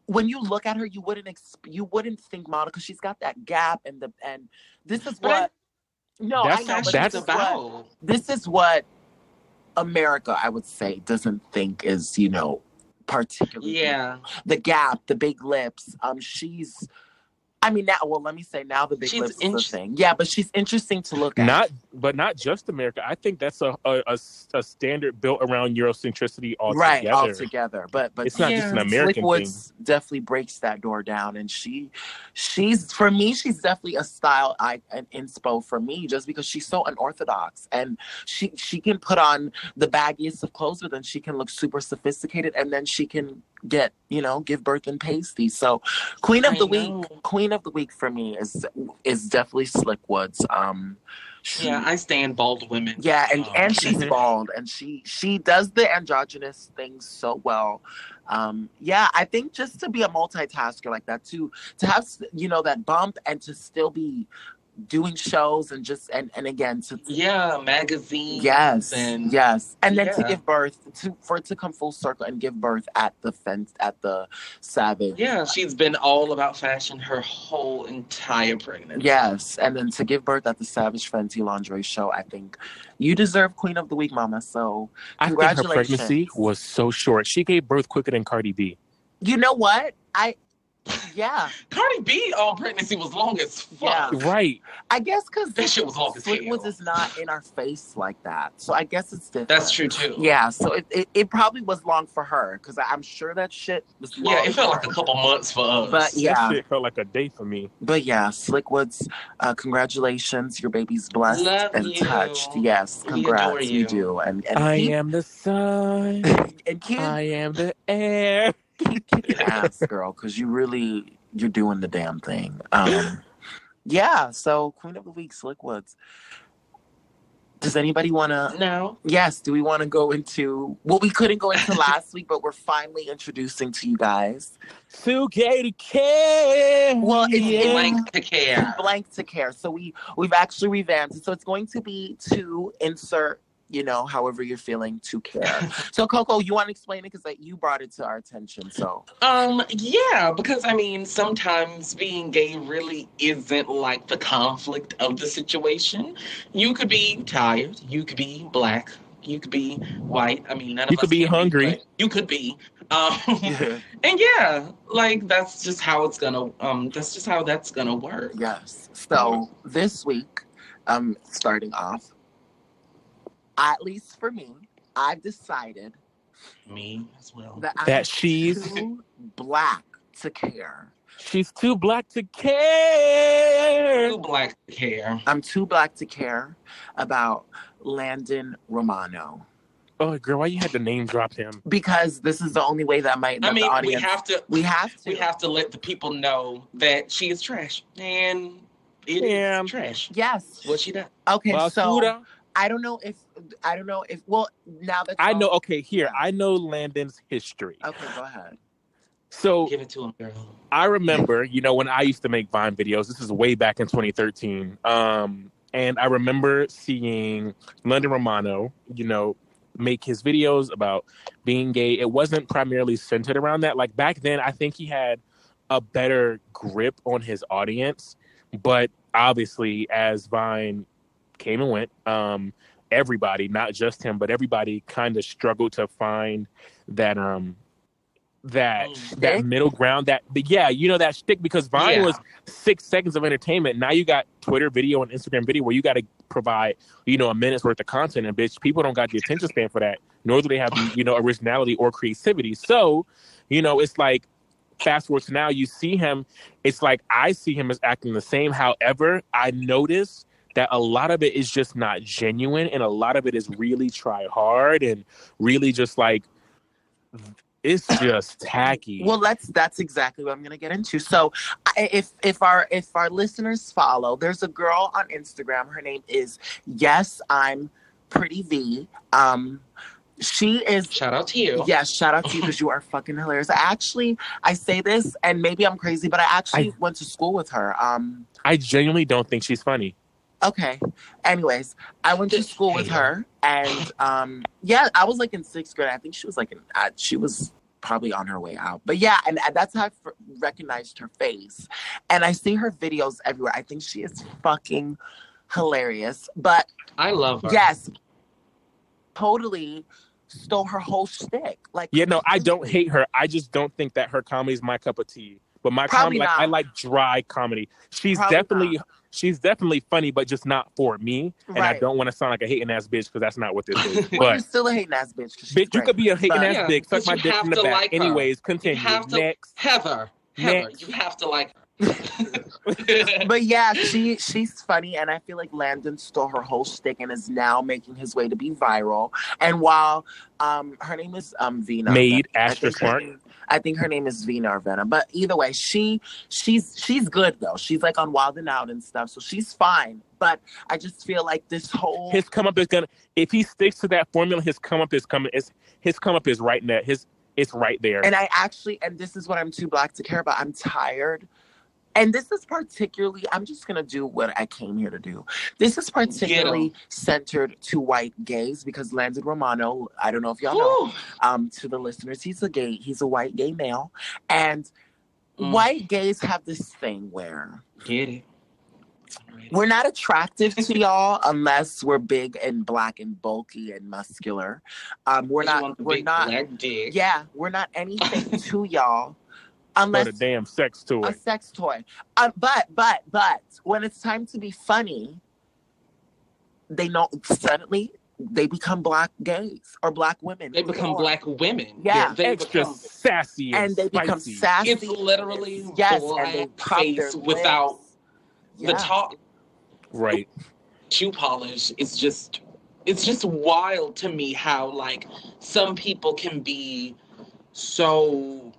Speaker 2: when you look at her, you wouldn't ex- you wouldn't think model because she's got that gap and the and this is
Speaker 1: But I-
Speaker 2: what no I
Speaker 3: That's-
Speaker 2: know, but
Speaker 3: that's
Speaker 2: this is what-
Speaker 1: about.
Speaker 2: this is what America I would say doesn't think is you know particularly
Speaker 1: Yeah,
Speaker 2: the gap, the big lips. Um, she's, I mean, now, well, let me say now the big
Speaker 1: She's
Speaker 2: lips
Speaker 1: int-
Speaker 2: is the thing. Yeah, but she's interesting to look at.
Speaker 3: Not, but not just America. I think that's a a, a s- a standard built around Eurocentricity
Speaker 2: right
Speaker 3: altogether.
Speaker 2: altogether, but but
Speaker 3: It's not
Speaker 1: Yeah.
Speaker 3: just an
Speaker 1: Slick
Speaker 3: American thing.
Speaker 2: Slickwoods definitely breaks that door down, and she, she's for me, she's definitely a style, I, an inspo for me, just because she's so unorthodox, and she she can put on the baggiest of clothes, but then she can look super sophisticated, and then she can get you know give birth in pasty. So, queen of
Speaker 1: I
Speaker 2: the
Speaker 1: know.
Speaker 2: week, queen of the week for me is is definitely Slickwoods. Um, she-
Speaker 1: Yeah, I stand bald women.
Speaker 2: yeah, and,
Speaker 1: Um,
Speaker 2: and she's
Speaker 3: Mhm.
Speaker 2: bald, and she she does the androgynous thing so well. Um, yeah, I think just to be a multitasker like that, to to have you know that bump, and to still be doing shows, and just and and again to
Speaker 1: Yeah, magazines.
Speaker 2: yes
Speaker 1: and
Speaker 2: yes, and then to
Speaker 1: Yeah.
Speaker 2: give birth to for it to come full circle and give birth at the fence at the Savage.
Speaker 1: Yeah, she's been all about fashion her whole entire pregnancy.
Speaker 2: Yes, and then to give birth at the Savage Fenty Lingerie Show, I think you deserve Queen of the Week, Mama. So
Speaker 3: I think her
Speaker 2: Congratulations.
Speaker 3: pregnancy was so short. She gave birth quicker than Cardi B.
Speaker 2: you know what I Yeah,
Speaker 5: Cardi B on pregnancy was long as fuck.
Speaker 3: Right.
Speaker 2: I guess because
Speaker 5: That shit was long as hell.
Speaker 2: Fleetwood is not in our face like that, so I guess it's different.
Speaker 5: That's true too.
Speaker 2: Yeah, so it, it, it probably was long for her because I'm sure that shit was long.
Speaker 5: Yeah, it felt
Speaker 2: for
Speaker 5: like a
Speaker 2: her.
Speaker 5: couple months for us.
Speaker 2: But yeah,
Speaker 3: That shit felt like a day for me.
Speaker 2: but yeah, Slickwood's, uh, congratulations, your baby's blessed
Speaker 5: Love
Speaker 2: and
Speaker 5: you.
Speaker 2: touched. Yes,
Speaker 5: We
Speaker 2: congrats,
Speaker 5: adore
Speaker 2: you.
Speaker 5: you.
Speaker 2: do. And and
Speaker 3: I
Speaker 2: keep,
Speaker 3: am the sun.
Speaker 2: and keep,
Speaker 3: I am the air.
Speaker 2: keep kicking ass, girl, because you really you're doing the damn thing. Um, yeah. So Queen of the Week, Slickwoods. Does anybody want to
Speaker 5: No.
Speaker 2: Yes, do we want to go into well we couldn't go into last week, but we're finally introducing to you guys.
Speaker 3: Too gay to care.
Speaker 2: Well, it's
Speaker 3: Yeah.
Speaker 5: Blank to care.
Speaker 2: Blank to care. So we we've actually revamped it. So it's going to be to insert, you know, however you're feeling to care. so Coco, you want to explain it because like, you brought it to our attention. So
Speaker 5: Um, yeah, because I mean, sometimes being gay really isn't like the conflict of the situation. You could be tired, you could be black, you could be white. I mean, none of
Speaker 3: You could
Speaker 5: us
Speaker 3: be
Speaker 5: can
Speaker 3: hungry.
Speaker 5: but you could be. Um, and yeah, like that's just how it's gonna. Um, that's just how that's gonna work.
Speaker 2: yes. So this week, um starting off, at least for me, I've decided
Speaker 5: Me as well.
Speaker 2: that I'm
Speaker 3: That she's-
Speaker 2: too black to care.
Speaker 3: She's too black to care.
Speaker 5: Two black hair.
Speaker 2: I'm too black to care about Landon Romano
Speaker 3: Oh, girl, why you had to name drop him?
Speaker 2: because this is the only way that might.
Speaker 5: I
Speaker 2: That
Speaker 5: mean,
Speaker 2: the
Speaker 5: we
Speaker 2: audience,
Speaker 5: have to.
Speaker 2: we have to.
Speaker 5: We have to let the people know that she is trash, and it is
Speaker 3: Yeah.
Speaker 5: trash.
Speaker 2: Yes.
Speaker 5: What she does.
Speaker 2: Okay. So
Speaker 3: Basura.
Speaker 2: I don't know if I don't know if well now that
Speaker 3: I know. Okay, here I know Landon's history.
Speaker 2: Okay, go ahead. Oh.
Speaker 3: So
Speaker 5: Give it to him, girl.
Speaker 3: I remember, you know, when I used to make Vine videos, this is way back in 2013. Um, and I remember seeing London Romano, you know, make his videos about being gay. It wasn't primarily centered around that. Like back then, I think he had a better grip on his audience. But obviously, as Vine came and went, um, everybody, not just him, but everybody kind of struggled to find that um that
Speaker 5: Mm.
Speaker 3: that
Speaker 2: Shtick?
Speaker 3: middle ground that but yeah, you know that shtick because Vine
Speaker 5: Yeah.
Speaker 3: was six seconds of entertainment. Now you got Twitter video and Instagram video where you gotta provide, you know, a minute's worth of content and bitch, people don't got the attention span for that, nor do they have the, you know, originality or creativity. So, you know, it's like fast forward to now, you see him, it's like I see him as acting the same. However, I notice that a lot of it is just not genuine and a lot of it is really try hard and really just like it's just tacky.
Speaker 2: Well, let's. That's exactly what I'm going to get into. So, I- if if our if our listeners follow, there's a girl on Instagram. Her name is Yes, I'm Pretty V. Um, she is
Speaker 5: Shout out to you.
Speaker 2: Yes, shout out to you because you are fucking hilarious. I actually, I say this, and maybe I'm crazy, but I actually went to school with her. Um,
Speaker 3: I genuinely don't think she's funny.
Speaker 2: okay. Anyways, I went to
Speaker 5: Just
Speaker 2: school with
Speaker 5: hate
Speaker 2: her, and um, yeah, I was like in sixth grade. I think she was like, in, uh, she was probably on her way out, but yeah, and, and that's how I f- recognized her face, and I see her videos everywhere. I think she is fucking hilarious, but
Speaker 5: I love her.
Speaker 2: yes, totally stole her whole shtick. Like,
Speaker 3: Yeah, no, I don't
Speaker 2: completely.
Speaker 3: hate her. I just don't think that her comedy is my cup of tea. But my
Speaker 2: Probably
Speaker 3: comedy, like,
Speaker 2: not.
Speaker 3: I like dry comedy. She's
Speaker 2: Probably
Speaker 3: definitely she's definitely funny, but just not for me. And I
Speaker 2: Right.
Speaker 3: don't want to sound like a hating ass bitch because that's not what this is.
Speaker 2: But you're
Speaker 3: But
Speaker 2: still a hating ass bitch. 'cause she's
Speaker 3: bitch, you
Speaker 2: great.
Speaker 3: could be a hating
Speaker 2: But-
Speaker 3: ass
Speaker 5: Yeah,
Speaker 3: bitch. Suck
Speaker 5: but
Speaker 3: my
Speaker 5: you
Speaker 3: dick
Speaker 5: have
Speaker 3: from the
Speaker 5: to
Speaker 3: back.
Speaker 5: like her.
Speaker 3: Anyways, continue.
Speaker 5: have to-
Speaker 3: Next.
Speaker 5: Heather. Heather,
Speaker 3: Next.
Speaker 5: you have to like her.
Speaker 2: But yeah, she she's funny, and I feel like Landon stole her whole shtick and is now making his way to be viral. And while um, her name is um Vina
Speaker 3: Made
Speaker 2: I
Speaker 3: asterisk
Speaker 2: think her
Speaker 3: mark.
Speaker 2: name- I think her name is Vina or Vena. But either way, she she's she's good though. She's like on Wild and Out and stuff, so she's fine. But I just feel like this whole
Speaker 3: His come up is gonna if he sticks to that formula, his come up is coming is his come up is right now. His it's right there.
Speaker 2: And I actually, and this is what I'm too black to care about. I'm tired. And this is particularly, I'm just going to do what I came here to do. This is particularly centered to white gays because Landon Romano, I don't know if y'all know,
Speaker 5: Woo.
Speaker 2: um, to the listeners, he's a gay, he's a white gay male. And
Speaker 5: Mm.
Speaker 2: white gays have this thing where
Speaker 5: Get it.
Speaker 2: we're not attractive to y'all unless we're big and black and bulky and muscular. Um, we're
Speaker 5: You
Speaker 2: not,
Speaker 5: want the
Speaker 2: we're
Speaker 5: big
Speaker 2: not,
Speaker 5: Black dick.
Speaker 2: yeah, we're not anything to y'all unless
Speaker 3: or the damn sex toy.
Speaker 2: a sex toy. Um, but but but when it's time to be funny, they know suddenly they become black gays or black women.
Speaker 1: They become
Speaker 2: Or-
Speaker 1: black women.
Speaker 2: Yeah.
Speaker 1: they
Speaker 3: Extra
Speaker 1: become.
Speaker 3: sassy and,
Speaker 2: and they become
Speaker 3: spicy.
Speaker 2: sassy.
Speaker 1: It's literally
Speaker 2: yes, and they pop their
Speaker 1: blackface without
Speaker 2: lips.
Speaker 1: the
Speaker 2: Yeah.
Speaker 1: talk
Speaker 3: Right.
Speaker 1: shoe polish is just it's just wild to me how like some people can be so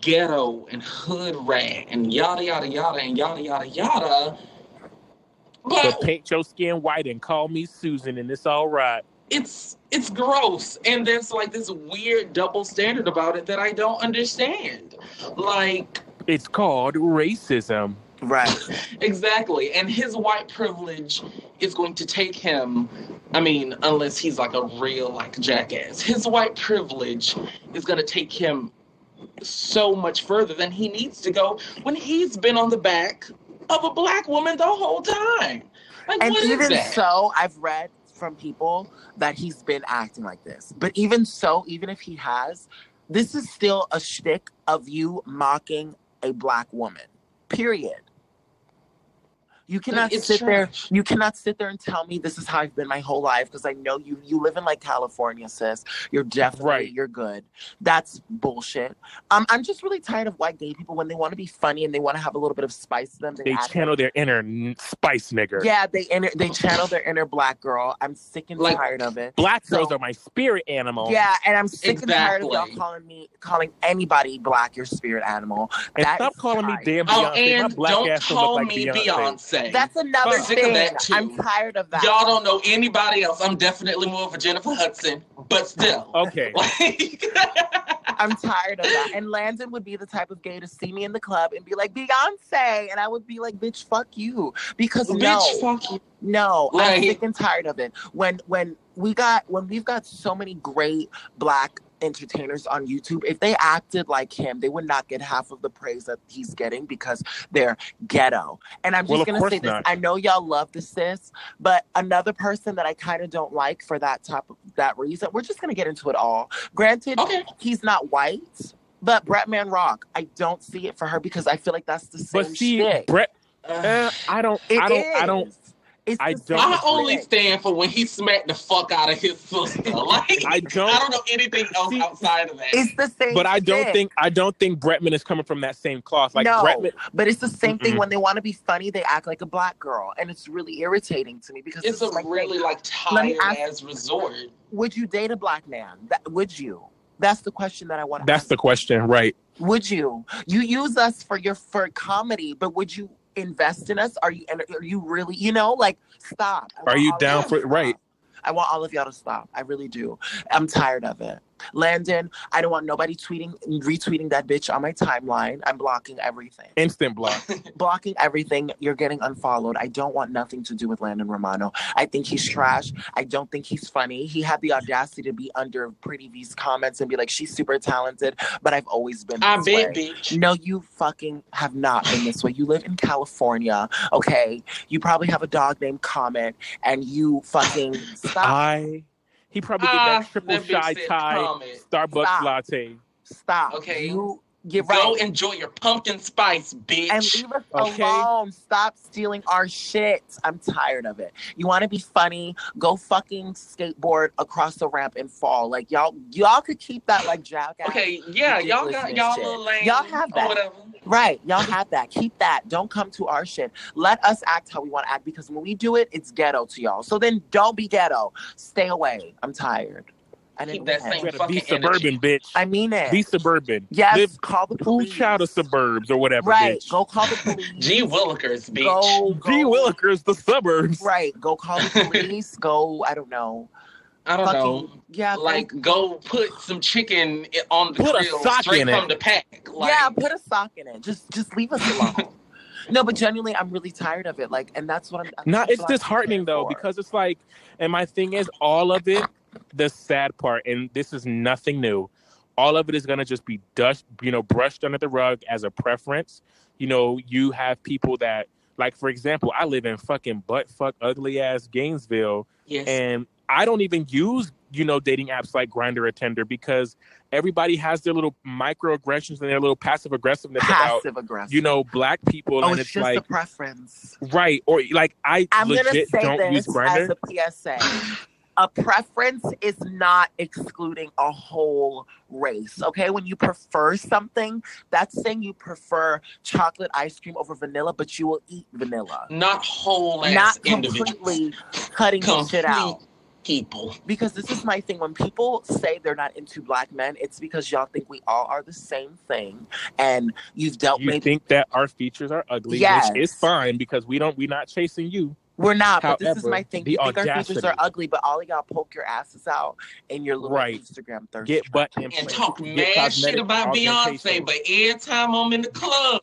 Speaker 1: ghetto and hood rat and yada yada yada and yada yada yada
Speaker 2: Oh.
Speaker 3: So
Speaker 1: but
Speaker 3: paint your skin white and call me Susan, and it's all right.
Speaker 1: it's it's gross and there's like this weird double standard about it that i don't understand like
Speaker 3: It's called racism.
Speaker 2: Right.
Speaker 1: Exactly. And his white privilege is going to take him, I mean, unless he's like a real like jackass. His white privilege is going to take him so much further than he needs to go when he's been on the back of a black woman the whole time. Like
Speaker 2: And
Speaker 1: what is
Speaker 2: even
Speaker 1: that?
Speaker 2: so, I've read from people that he's been acting like this. But even so, even if he has, this is still a shtick of you mocking a black woman. Period. You cannot
Speaker 1: it's
Speaker 2: sit there.
Speaker 1: trash.
Speaker 2: You cannot sit there and tell me this is how I've been my whole life because I know you. You live in like California, sis. You're definitely
Speaker 3: Right.
Speaker 2: you're good. That's bullshit. Um, I'm just really tired of white gay people when they want to be funny and they want to have a little bit of spice to them.
Speaker 3: They
Speaker 2: act
Speaker 3: channel their inner n- spice nigger.
Speaker 2: yeah, they inner, they channel their inner black girl. I'm sick and
Speaker 1: Like- Oh.
Speaker 2: tired of it.
Speaker 3: Black
Speaker 2: So-
Speaker 3: girls are my spirit animal.
Speaker 2: Yeah, and I'm sick and tired of y'all
Speaker 1: Exactly.
Speaker 2: calling me calling anybody black your spirit animal.
Speaker 3: And
Speaker 2: That
Speaker 3: stop
Speaker 2: is
Speaker 3: calling me
Speaker 2: tired.
Speaker 3: damn Beyonce.
Speaker 1: Oh,
Speaker 3: my
Speaker 1: and
Speaker 3: black
Speaker 1: don't
Speaker 3: ass don't look
Speaker 1: call
Speaker 3: like
Speaker 1: me
Speaker 3: Beyonce.
Speaker 1: Beyonce.
Speaker 2: That's another
Speaker 3: Fuck.
Speaker 1: Sick of
Speaker 2: thing.
Speaker 1: that, too.
Speaker 2: I'm tired of that.
Speaker 1: Y'all don't know anybody else. I'm definitely more of a Jennifer Hudson, but still.
Speaker 3: Okay.
Speaker 1: Like,
Speaker 2: I'm tired of that. And Landon would be the type of gay to see me in the club and be like Beyonce, and I would be like, bitch, fuck you, because no,
Speaker 1: bitch, fuck you.
Speaker 2: No, I'm
Speaker 1: Like-
Speaker 2: sick and tired of it. When when we got when we've got so many great black entertainers on YouTube, if they acted like him, they would not get half of the praise that he's getting because they're ghetto. And I'm just
Speaker 3: Well, of
Speaker 2: gonna
Speaker 3: course
Speaker 2: say this.
Speaker 3: not.
Speaker 2: I know y'all love the sis, but another person that I kind of don't like for that type of that reason, we're just gonna get into it all. Granted,
Speaker 3: Oh.
Speaker 1: Okay.
Speaker 2: he's not white. But Bretman Rock, I don't see it for her because I feel like that's the same
Speaker 3: But see,
Speaker 2: shit.
Speaker 3: Brett,
Speaker 1: Uh,
Speaker 3: uh, I don't,
Speaker 2: It
Speaker 3: I don't, I
Speaker 2: is.
Speaker 3: don't,
Speaker 2: It's
Speaker 3: I
Speaker 2: the
Speaker 3: don't-
Speaker 2: same
Speaker 1: I only
Speaker 2: shit.
Speaker 1: stand for when he smacked the fuck out of his sister. Like
Speaker 3: I
Speaker 1: I
Speaker 3: don't.
Speaker 1: don't, know anything else
Speaker 3: See-
Speaker 1: outside of that.
Speaker 2: It's the same.
Speaker 3: but I don't
Speaker 2: shit.
Speaker 3: think I don't think Bretman is coming from that same cloth. Like
Speaker 2: no,
Speaker 3: Bretman,
Speaker 2: but it's the same thing
Speaker 3: Mm-mm.
Speaker 2: when they want to be funny. They act like a black girl, and it's really irritating to me because
Speaker 1: It's
Speaker 2: it's,
Speaker 1: a
Speaker 2: like,
Speaker 1: really like
Speaker 2: Let me
Speaker 1: tired ass
Speaker 2: ask-
Speaker 1: resort.
Speaker 2: would you date a black man? That, would you? That's the question that I want.
Speaker 3: that's
Speaker 2: ask.
Speaker 3: the question, right?
Speaker 2: Would you? You use us for your for comedy, but would you invest in us? Are you? And are you really? You know, like stop. I
Speaker 3: Are
Speaker 2: want
Speaker 3: you
Speaker 2: all of
Speaker 3: down
Speaker 2: y'all
Speaker 3: for-
Speaker 2: to stop.
Speaker 3: right.
Speaker 2: I want all of y'all to stop. I really do. I'm tired of it. Landon, I don't want nobody tweeting, retweeting that bitch on my timeline. I'm blocking everything.
Speaker 3: Instant block.
Speaker 2: blocking everything. You're getting unfollowed. I don't want nothing to do with Landon Romano. I think he's trash. I don't think he's funny. He had the audacity to be under Pretty V's comments and be like, she's super talented, but I've always been.
Speaker 1: I
Speaker 2: this
Speaker 1: bet,
Speaker 2: way."
Speaker 1: bitch.
Speaker 2: No, you fucking have not been this way. You live in California, okay? You probably have a dog named Comet, and you fucking stop,
Speaker 3: I. He probably did
Speaker 1: Ah,
Speaker 2: uh,
Speaker 3: that triple
Speaker 1: that bitch
Speaker 3: shy
Speaker 1: said
Speaker 3: tie
Speaker 1: comment.
Speaker 3: Starbucks
Speaker 2: Stop.
Speaker 3: latte.
Speaker 2: stop.
Speaker 1: Okay.
Speaker 2: you get
Speaker 1: Go
Speaker 2: right.
Speaker 1: enjoy your pumpkin spice, bitch.
Speaker 2: and leave us
Speaker 3: Okay.
Speaker 2: alone. Stop stealing our shit. I'm tired of it. You want to be funny? Go fucking skateboard across the ramp and fall. Like y'all, y'all could keep that like jackass.
Speaker 1: okay, yeah, y'all got
Speaker 2: Ridiculousness
Speaker 1: y'all
Speaker 2: shit.
Speaker 1: little lame.
Speaker 2: Y'all have
Speaker 1: or
Speaker 2: that.
Speaker 1: whatever.
Speaker 2: Right. Y'all have that. Keep that. Don't come to our shit. Let us act how we want to act because when we do it, it's ghetto to y'all. So then don't be ghetto. Stay away. I'm tired. I
Speaker 1: Keep
Speaker 2: didn't
Speaker 1: that
Speaker 2: mean it.
Speaker 1: same-
Speaker 3: You gotta be
Speaker 1: fucking
Speaker 3: suburban, bitch.
Speaker 2: I mean it.
Speaker 3: be suburban.
Speaker 2: yes.
Speaker 3: Live
Speaker 2: call the
Speaker 3: cool
Speaker 2: police.
Speaker 3: child of suburbs or whatever,
Speaker 2: Right.
Speaker 3: bitch.
Speaker 2: Go call the police.
Speaker 1: G Willikers, bitch.
Speaker 2: Go.
Speaker 3: G
Speaker 2: go-
Speaker 3: Willikers, the suburbs.
Speaker 2: Right. Go call the police. go. I don't know.
Speaker 1: I don't know.
Speaker 2: Yeah. go-
Speaker 1: Like, go put some chicken i- on the
Speaker 3: Put a
Speaker 1: grill
Speaker 3: sock
Speaker 1: straight
Speaker 3: in
Speaker 1: from
Speaker 3: it.
Speaker 1: the pack. Like,
Speaker 2: yeah. Put a sock in it. Just just leave us alone. no, but genuinely, I'm really tired of it. Like, and that's what I'm.
Speaker 3: No,
Speaker 2: that's
Speaker 3: it's
Speaker 2: what I'm
Speaker 3: disheartening
Speaker 2: here
Speaker 3: though
Speaker 2: for.
Speaker 3: because it's like, and my thing is, all of it, the sad part, and this is nothing new. All of it is gonna just be dust, you know, brushed under the rug as a preference. You know, you have people that, like, for example, I live in fucking butt fuck ugly ass Gainesville,
Speaker 1: yes.
Speaker 3: and I don't even use, you know, dating apps like Grinder or Tinder because everybody has their little microaggressions and their little passive aggressiveness about,
Speaker 6: Passive aggressive.
Speaker 3: you know, black people.
Speaker 6: oh,
Speaker 3: and
Speaker 6: it's,
Speaker 3: it's
Speaker 6: just
Speaker 3: like,
Speaker 6: a preference.
Speaker 3: right. Or like, I
Speaker 2: I'm gonna
Speaker 3: legit
Speaker 2: say
Speaker 3: don't use
Speaker 2: this as
Speaker 3: Grinder.
Speaker 2: a PSA. A preference is not excluding a whole race. Okay. When you prefer something, that's saying you prefer chocolate ice cream over vanilla, but you will eat vanilla.
Speaker 1: Not whole ass
Speaker 2: Not
Speaker 1: individuals.
Speaker 2: completely cutting the shit out.
Speaker 1: Complete People.
Speaker 2: Because this is my thing. When people say they're not into black men, it's because y'all think we all are the same thing. And you've dealt
Speaker 3: You
Speaker 2: with
Speaker 3: think that our features are ugly,
Speaker 2: Yes.
Speaker 3: which is fine because we don't, we're not chasing you.
Speaker 2: We're not, but this is
Speaker 3: However,
Speaker 2: my thing.
Speaker 3: the
Speaker 2: You think our features are
Speaker 3: audacity.
Speaker 2: ugly, but all of y'all poke your asses out in your little
Speaker 3: Right.
Speaker 2: Instagram thirst.
Speaker 3: Get butt
Speaker 1: And
Speaker 3: implants.
Speaker 1: talk
Speaker 3: get
Speaker 1: mad
Speaker 3: cosmetic
Speaker 1: shit about Beyonce,
Speaker 3: augmentation.
Speaker 1: but every time I'm in the club,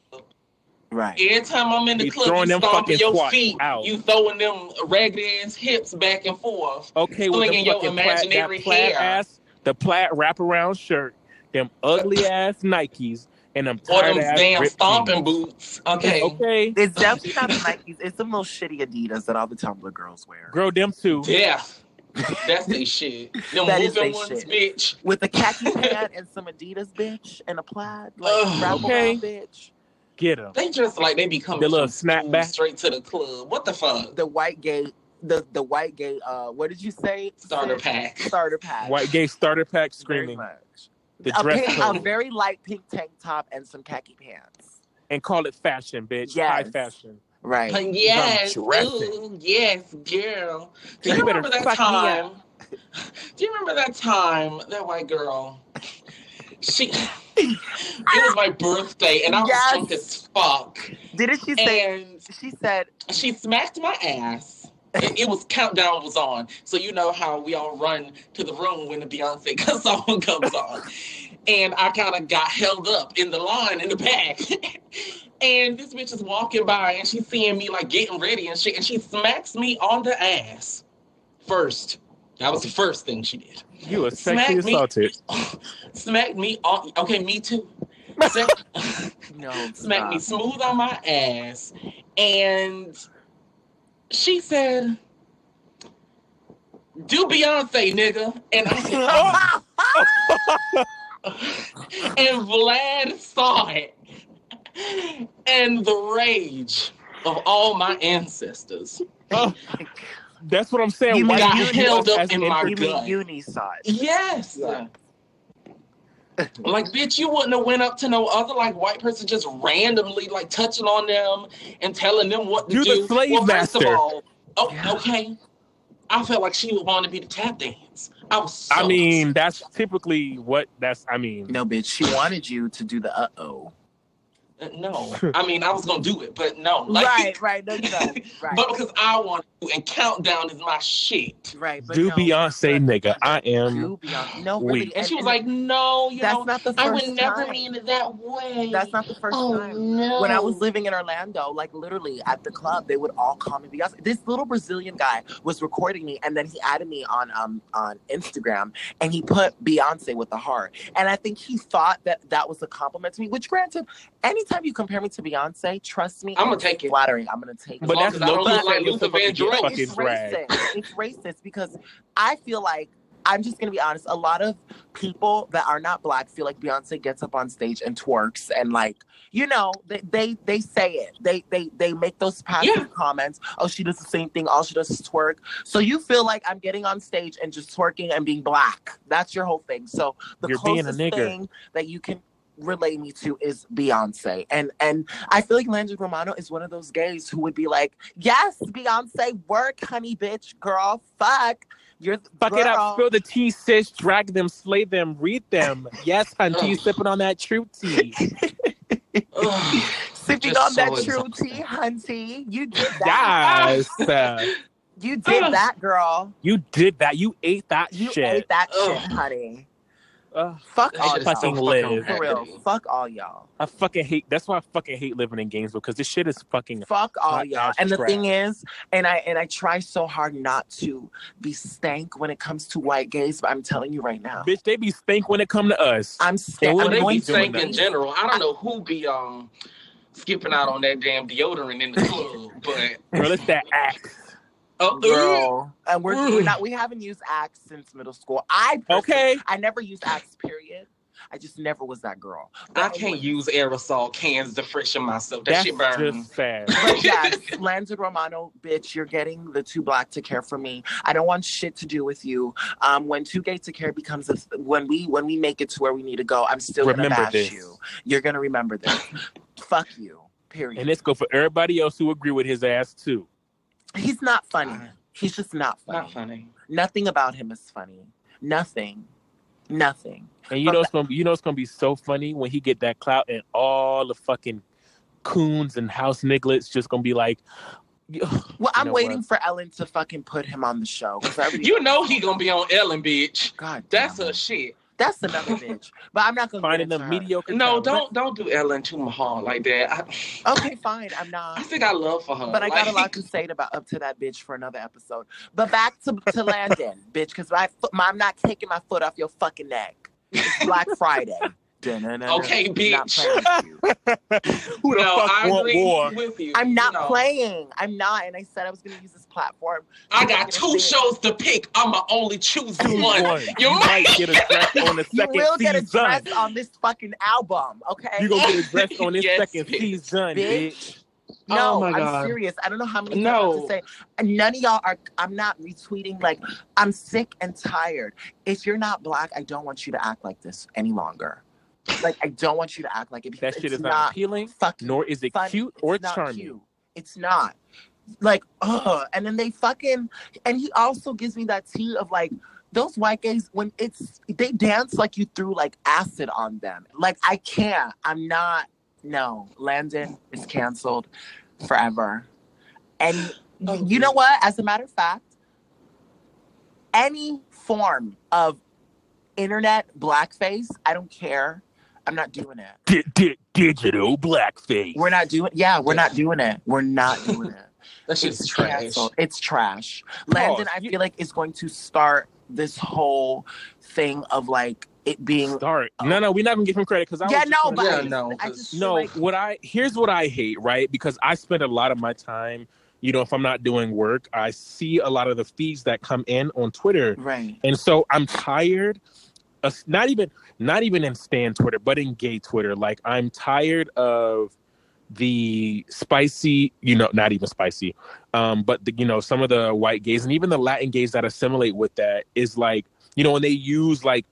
Speaker 6: Right.
Speaker 1: every time I'm in the
Speaker 3: You
Speaker 1: club,
Speaker 3: throwing
Speaker 1: you
Speaker 3: them
Speaker 1: stomping
Speaker 3: fucking
Speaker 1: your
Speaker 3: squats
Speaker 1: feet,
Speaker 3: out.
Speaker 1: you throwing them raggedy ass hips back Oh, and forth.
Speaker 3: Okay, with
Speaker 1: Swinging
Speaker 3: them
Speaker 1: your
Speaker 3: fucking plaid, that
Speaker 1: imaginary
Speaker 3: plaid
Speaker 1: hair.
Speaker 3: ass, the plaid wraparound shirt, them ugly ass Nikes, and them
Speaker 1: Or
Speaker 3: tired
Speaker 1: them
Speaker 3: ass
Speaker 1: damn
Speaker 3: ripped
Speaker 1: stomping
Speaker 3: jeans.
Speaker 1: boots. Okay.
Speaker 3: Okay,
Speaker 2: It's definitely not the Nikes. It's them little shitty Adidas that all the Tumblr girls wear.
Speaker 3: grow them too.
Speaker 1: Yeah. That's they shit. Them
Speaker 2: That is
Speaker 1: whooping
Speaker 2: they
Speaker 1: ones,
Speaker 2: shit.
Speaker 1: bitch.
Speaker 2: With a khaki pant and some Adidas, bitch, and a plaid, like,
Speaker 1: Ugh.
Speaker 2: wrap
Speaker 3: Okay.
Speaker 2: around, bitch.
Speaker 3: Get them.
Speaker 1: They just like they be coming
Speaker 3: The little
Speaker 1: from school
Speaker 3: snapback.
Speaker 1: straight to the club. What the fuck?
Speaker 2: The white gay, the, the white gay, uh, what did you say?
Speaker 1: Starter pack.
Speaker 2: Starter pack.
Speaker 3: White gay starter pack
Speaker 2: Very
Speaker 3: screaming
Speaker 2: much.
Speaker 3: the
Speaker 2: A,
Speaker 3: dress
Speaker 2: pink, a
Speaker 3: code
Speaker 2: very light pink tank top and some khaki pants.
Speaker 3: and call it fashion, bitch.
Speaker 2: Yes.
Speaker 3: High fashion.
Speaker 2: Right.
Speaker 1: But yes,
Speaker 3: dressing.
Speaker 1: ooh, yes, girl. Do
Speaker 3: You
Speaker 1: you,
Speaker 3: better
Speaker 1: remember that
Speaker 3: fuck me
Speaker 1: time? Do you remember that time that white girl? She. it was my birthday, and I was
Speaker 2: Yes.
Speaker 1: drunk as fuck,
Speaker 2: Didn't she say,
Speaker 1: and
Speaker 2: she said,
Speaker 1: she smacked my ass. It it was countdown was on, so you know how we all run to the room when the Beyonce song comes on, and I kind of got held up in the line in the back, and this bitch is walking by and she's seeing me like getting ready and shit, and she smacks me on the ass first. That was the first thing she did.
Speaker 3: You were
Speaker 1: Smack
Speaker 3: sexually
Speaker 1: me.
Speaker 3: assaulted.
Speaker 1: Smacked me on. Okay, me too. Smack-
Speaker 2: no.
Speaker 1: smacked
Speaker 2: stop.
Speaker 1: me smooth on my ass. And she said, Do Beyonce, nigga. And I said, "Oh." And Vlad saw it. And the rage of all my ancestors.
Speaker 3: That's what I'm saying.
Speaker 2: You
Speaker 3: White
Speaker 1: got
Speaker 3: people
Speaker 1: held up
Speaker 3: as
Speaker 1: in my-
Speaker 2: you mean
Speaker 1: God.
Speaker 2: unisex?
Speaker 1: Yes.
Speaker 2: Yeah.
Speaker 1: Like, bitch, you wouldn't have went up to no other like white person just randomly like touching on them and telling them what to
Speaker 3: You're the
Speaker 1: do.
Speaker 3: slave
Speaker 1: well, first
Speaker 3: master.
Speaker 1: of all, oh,
Speaker 2: Yeah.
Speaker 1: okay. I felt like she would want to be the tap dance. I was. So
Speaker 3: I mean, that's typically what that's. I mean,
Speaker 6: No, bitch. She wanted you to do the uh oh.
Speaker 1: upset. no. I mean, I was gonna do it, but no. Like,
Speaker 2: right, right, no, you don't. Right,
Speaker 1: But because I want to, and countdown is my shit.
Speaker 2: right. But
Speaker 3: do
Speaker 2: no,
Speaker 3: Beyonce, nigga. I am.
Speaker 2: Do Beyonce. No, really.
Speaker 3: weak.
Speaker 1: And she was like, "No, you
Speaker 2: that's
Speaker 1: know,
Speaker 2: not the first
Speaker 1: I would never
Speaker 2: time.
Speaker 1: mean it that way."
Speaker 2: That's not the first
Speaker 1: oh
Speaker 2: time.
Speaker 1: no.
Speaker 2: When I was living in Orlando, like literally at the club, they would all call me Beyonce. This little Brazilian guy was recording me, and then he added me on um on Instagram, and he put Beyonce with a heart, and I think he thought that that was a compliment to me. Which, granted, anytime you compare me to Beyonce, trust me,
Speaker 1: I'm gonna
Speaker 2: it's
Speaker 1: take it.
Speaker 2: flattering. I'm gonna take it.
Speaker 1: As
Speaker 3: But
Speaker 1: long
Speaker 3: that's
Speaker 1: as I don't
Speaker 3: low-key
Speaker 1: look like
Speaker 3: saying you're
Speaker 1: Luther
Speaker 3: supposed to get
Speaker 1: Vandross.
Speaker 3: fucking
Speaker 2: it's
Speaker 3: drag.
Speaker 2: racist. It's racist because I feel like I'm just gonna be honest. A lot of people that are not black feel like Beyonce gets up on stage and twerks and like you know they they, they say it. They they they make those passive
Speaker 1: Yeah.
Speaker 2: comments. Oh, she does the same thing. All she does is twerk. So you feel like I'm getting on stage and just twerking and being black. That's your whole thing. So the
Speaker 3: You're being a
Speaker 2: closest
Speaker 3: nigger.
Speaker 2: thing that you can relate me to is Beyonce. And and I feel like Landry Romano is one of those gays who would be like, Yes, Beyonce, work, honey bitch, girl, fuck. You're the
Speaker 3: Fuck it
Speaker 2: girl."
Speaker 3: up. Spill the tea, sis. Drag them, slay them, read them. Yes, hunty, you sipping on that true tea.
Speaker 1: Ugh.
Speaker 2: Sipping
Speaker 1: Just
Speaker 2: on that
Speaker 1: so
Speaker 2: true
Speaker 1: exhausting.
Speaker 2: tea, hunty. You did that.
Speaker 3: Yes. uh,
Speaker 2: You did that, girl.
Speaker 3: you did that. You ate that
Speaker 2: You
Speaker 3: shit.
Speaker 2: ate that
Speaker 1: Ugh.
Speaker 2: shit, honey.
Speaker 3: Ugh,
Speaker 2: Fuck
Speaker 1: That
Speaker 2: all
Speaker 1: shit is so
Speaker 3: fucking
Speaker 2: y'all.
Speaker 3: live.
Speaker 2: For real. Fuck all y'all.
Speaker 3: I fucking hate. That's why I fucking hate living in Gainesville because this shit is fucking.
Speaker 2: Fuck all
Speaker 3: Hot
Speaker 2: y'all.
Speaker 3: ass
Speaker 2: And the
Speaker 3: trash.
Speaker 2: thing is, and I and I try so hard not to be stank when it comes to white gays, but I'm telling you right now.
Speaker 3: Bitch, they be stink when it come to us.
Speaker 2: I'm stank.
Speaker 3: Well,
Speaker 1: Well,
Speaker 2: I'm
Speaker 1: they
Speaker 2: going
Speaker 1: be
Speaker 2: to
Speaker 1: stank in
Speaker 2: be.
Speaker 1: general. I don't know who be um skipping out on that damn deodorant in the club, but
Speaker 3: Girl, it's that axe.
Speaker 1: Oh,
Speaker 2: girl. And Uh, we're,
Speaker 1: Mm.
Speaker 2: we're not. We haven't used axe since middle school. I personally-
Speaker 3: Okay.
Speaker 2: I never used axe. Period. I just never was that girl.
Speaker 1: I can't use aerosol cans to freshen myself. That
Speaker 3: That's
Speaker 1: shit burns.
Speaker 3: just sad.
Speaker 2: But yes, Landon Romano, bitch, you're getting the too black to care for me. I don't want shit to do with you. Um, when too gay to care becomes a when we when we make it to where we need to go, I'm still
Speaker 3: Remember
Speaker 2: gonna bash
Speaker 3: this.
Speaker 2: you. You're gonna remember this. Fuck you. Period.
Speaker 3: And let's go for everybody else who agree with his ass too.
Speaker 2: He's not funny.
Speaker 1: Fine.
Speaker 2: He's just not funny.
Speaker 1: Not funny.
Speaker 2: Nothing about him is funny. Nothing. Nothing.
Speaker 3: And you know it's gonna be, you know it's gonna be so funny when he get that clout and all the fucking coons and house nigglets just gonna be like,
Speaker 2: Well,
Speaker 3: You
Speaker 2: I'm
Speaker 3: know
Speaker 2: waiting
Speaker 3: what?
Speaker 2: for Ellen to fucking put him on the show. 'cause I really-
Speaker 1: You know he gonna be on Ellen, bitch.
Speaker 2: God,
Speaker 1: That's
Speaker 2: damn
Speaker 1: a
Speaker 2: it.
Speaker 1: shit.
Speaker 2: that's another bitch. But I'm not gonna get
Speaker 3: finding
Speaker 2: into
Speaker 3: a
Speaker 2: her.
Speaker 3: mediocre.
Speaker 1: No,
Speaker 3: talent.
Speaker 1: don't don't do Ellen too hard like that. I,
Speaker 2: Okay, fine. I'm not.
Speaker 1: I think I love for her.
Speaker 2: But I got a
Speaker 1: Oh, Like,
Speaker 2: lot to say about up to that bitch for another episode. But back to, to Landon, bitch, because my, fo- my I'm not taking my foot off your fucking neck. It's Black Friday. Da-na-na-na.
Speaker 1: Okay,
Speaker 2: I'm not
Speaker 1: bitch.
Speaker 2: playing with you.
Speaker 3: Who the
Speaker 1: no,
Speaker 3: fuck
Speaker 1: I
Speaker 3: want
Speaker 1: agree
Speaker 3: war?
Speaker 1: with you.
Speaker 2: I'm not
Speaker 1: you know.
Speaker 2: playing. I'm not. And I said I was going to use this platform.
Speaker 1: I got two shows to pick. I'ma only choose
Speaker 3: Choose
Speaker 1: one.
Speaker 3: one. You
Speaker 1: You
Speaker 3: might get a dress on the
Speaker 2: You
Speaker 3: second
Speaker 2: will get a
Speaker 3: season.
Speaker 2: dress on this fucking album, okay?
Speaker 3: You gonna get a dress on this
Speaker 1: Yes,
Speaker 3: second
Speaker 1: bitch.
Speaker 3: season,
Speaker 2: Bitch.
Speaker 3: bitch.
Speaker 2: No,
Speaker 1: Oh my
Speaker 2: I'm
Speaker 1: God.
Speaker 2: serious. I don't know how many times
Speaker 1: No.
Speaker 2: I have to say. And None of y'all are. I'm not retweeting. Like, I'm sick and tired. If you're not black, I don't want you to act like this any longer. Like, I don't want you to act like it because
Speaker 3: That shit
Speaker 2: it's
Speaker 3: is not,
Speaker 2: not
Speaker 3: appealing,
Speaker 2: fucking
Speaker 3: nor is it
Speaker 2: funny.
Speaker 3: cute
Speaker 2: It's
Speaker 3: or
Speaker 2: not
Speaker 3: charming.
Speaker 2: cute. It's not. Like, ugh. And then they fucking. And he also gives me that tea of like. Those white gays, when it's they dance like you threw like acid on them. Like I can't. I'm not. No, Landon is canceled forever. And y- you know what? As a matter of fact, any form of internet blackface, I don't care. I'm not doing it.
Speaker 3: Di- di- digital blackface.
Speaker 2: We're not doing. Yeah, we're not doing it. We're not doing it.
Speaker 1: That shit's
Speaker 2: it's
Speaker 1: trash.
Speaker 2: canceled. It's trash. Landon, I
Speaker 3: you-
Speaker 2: feel like is going to start this whole thing of like it being. Oh.
Speaker 3: Start. No, no, we're not gonna give him credit because I
Speaker 2: Yeah,
Speaker 3: was just
Speaker 2: no,
Speaker 3: gonna
Speaker 2: but
Speaker 3: say-
Speaker 2: I
Speaker 1: Yeah,
Speaker 2: just-
Speaker 1: no,
Speaker 2: I
Speaker 1: 'cause-
Speaker 2: just feel
Speaker 3: No,
Speaker 2: like-
Speaker 3: what I here's what I hate, right? Because I spend a lot of my time, you know, if I'm not doing work, I see a lot of the feeds that come in on Twitter.
Speaker 2: right.
Speaker 3: And so I'm tired of not even not even in stan Twitter, but in gay Twitter. Like I'm tired of the spicy, you know, not even spicy, um, but the, you know, some of the white gays and even the Latin gays that assimilate with that is like, you know, when they use like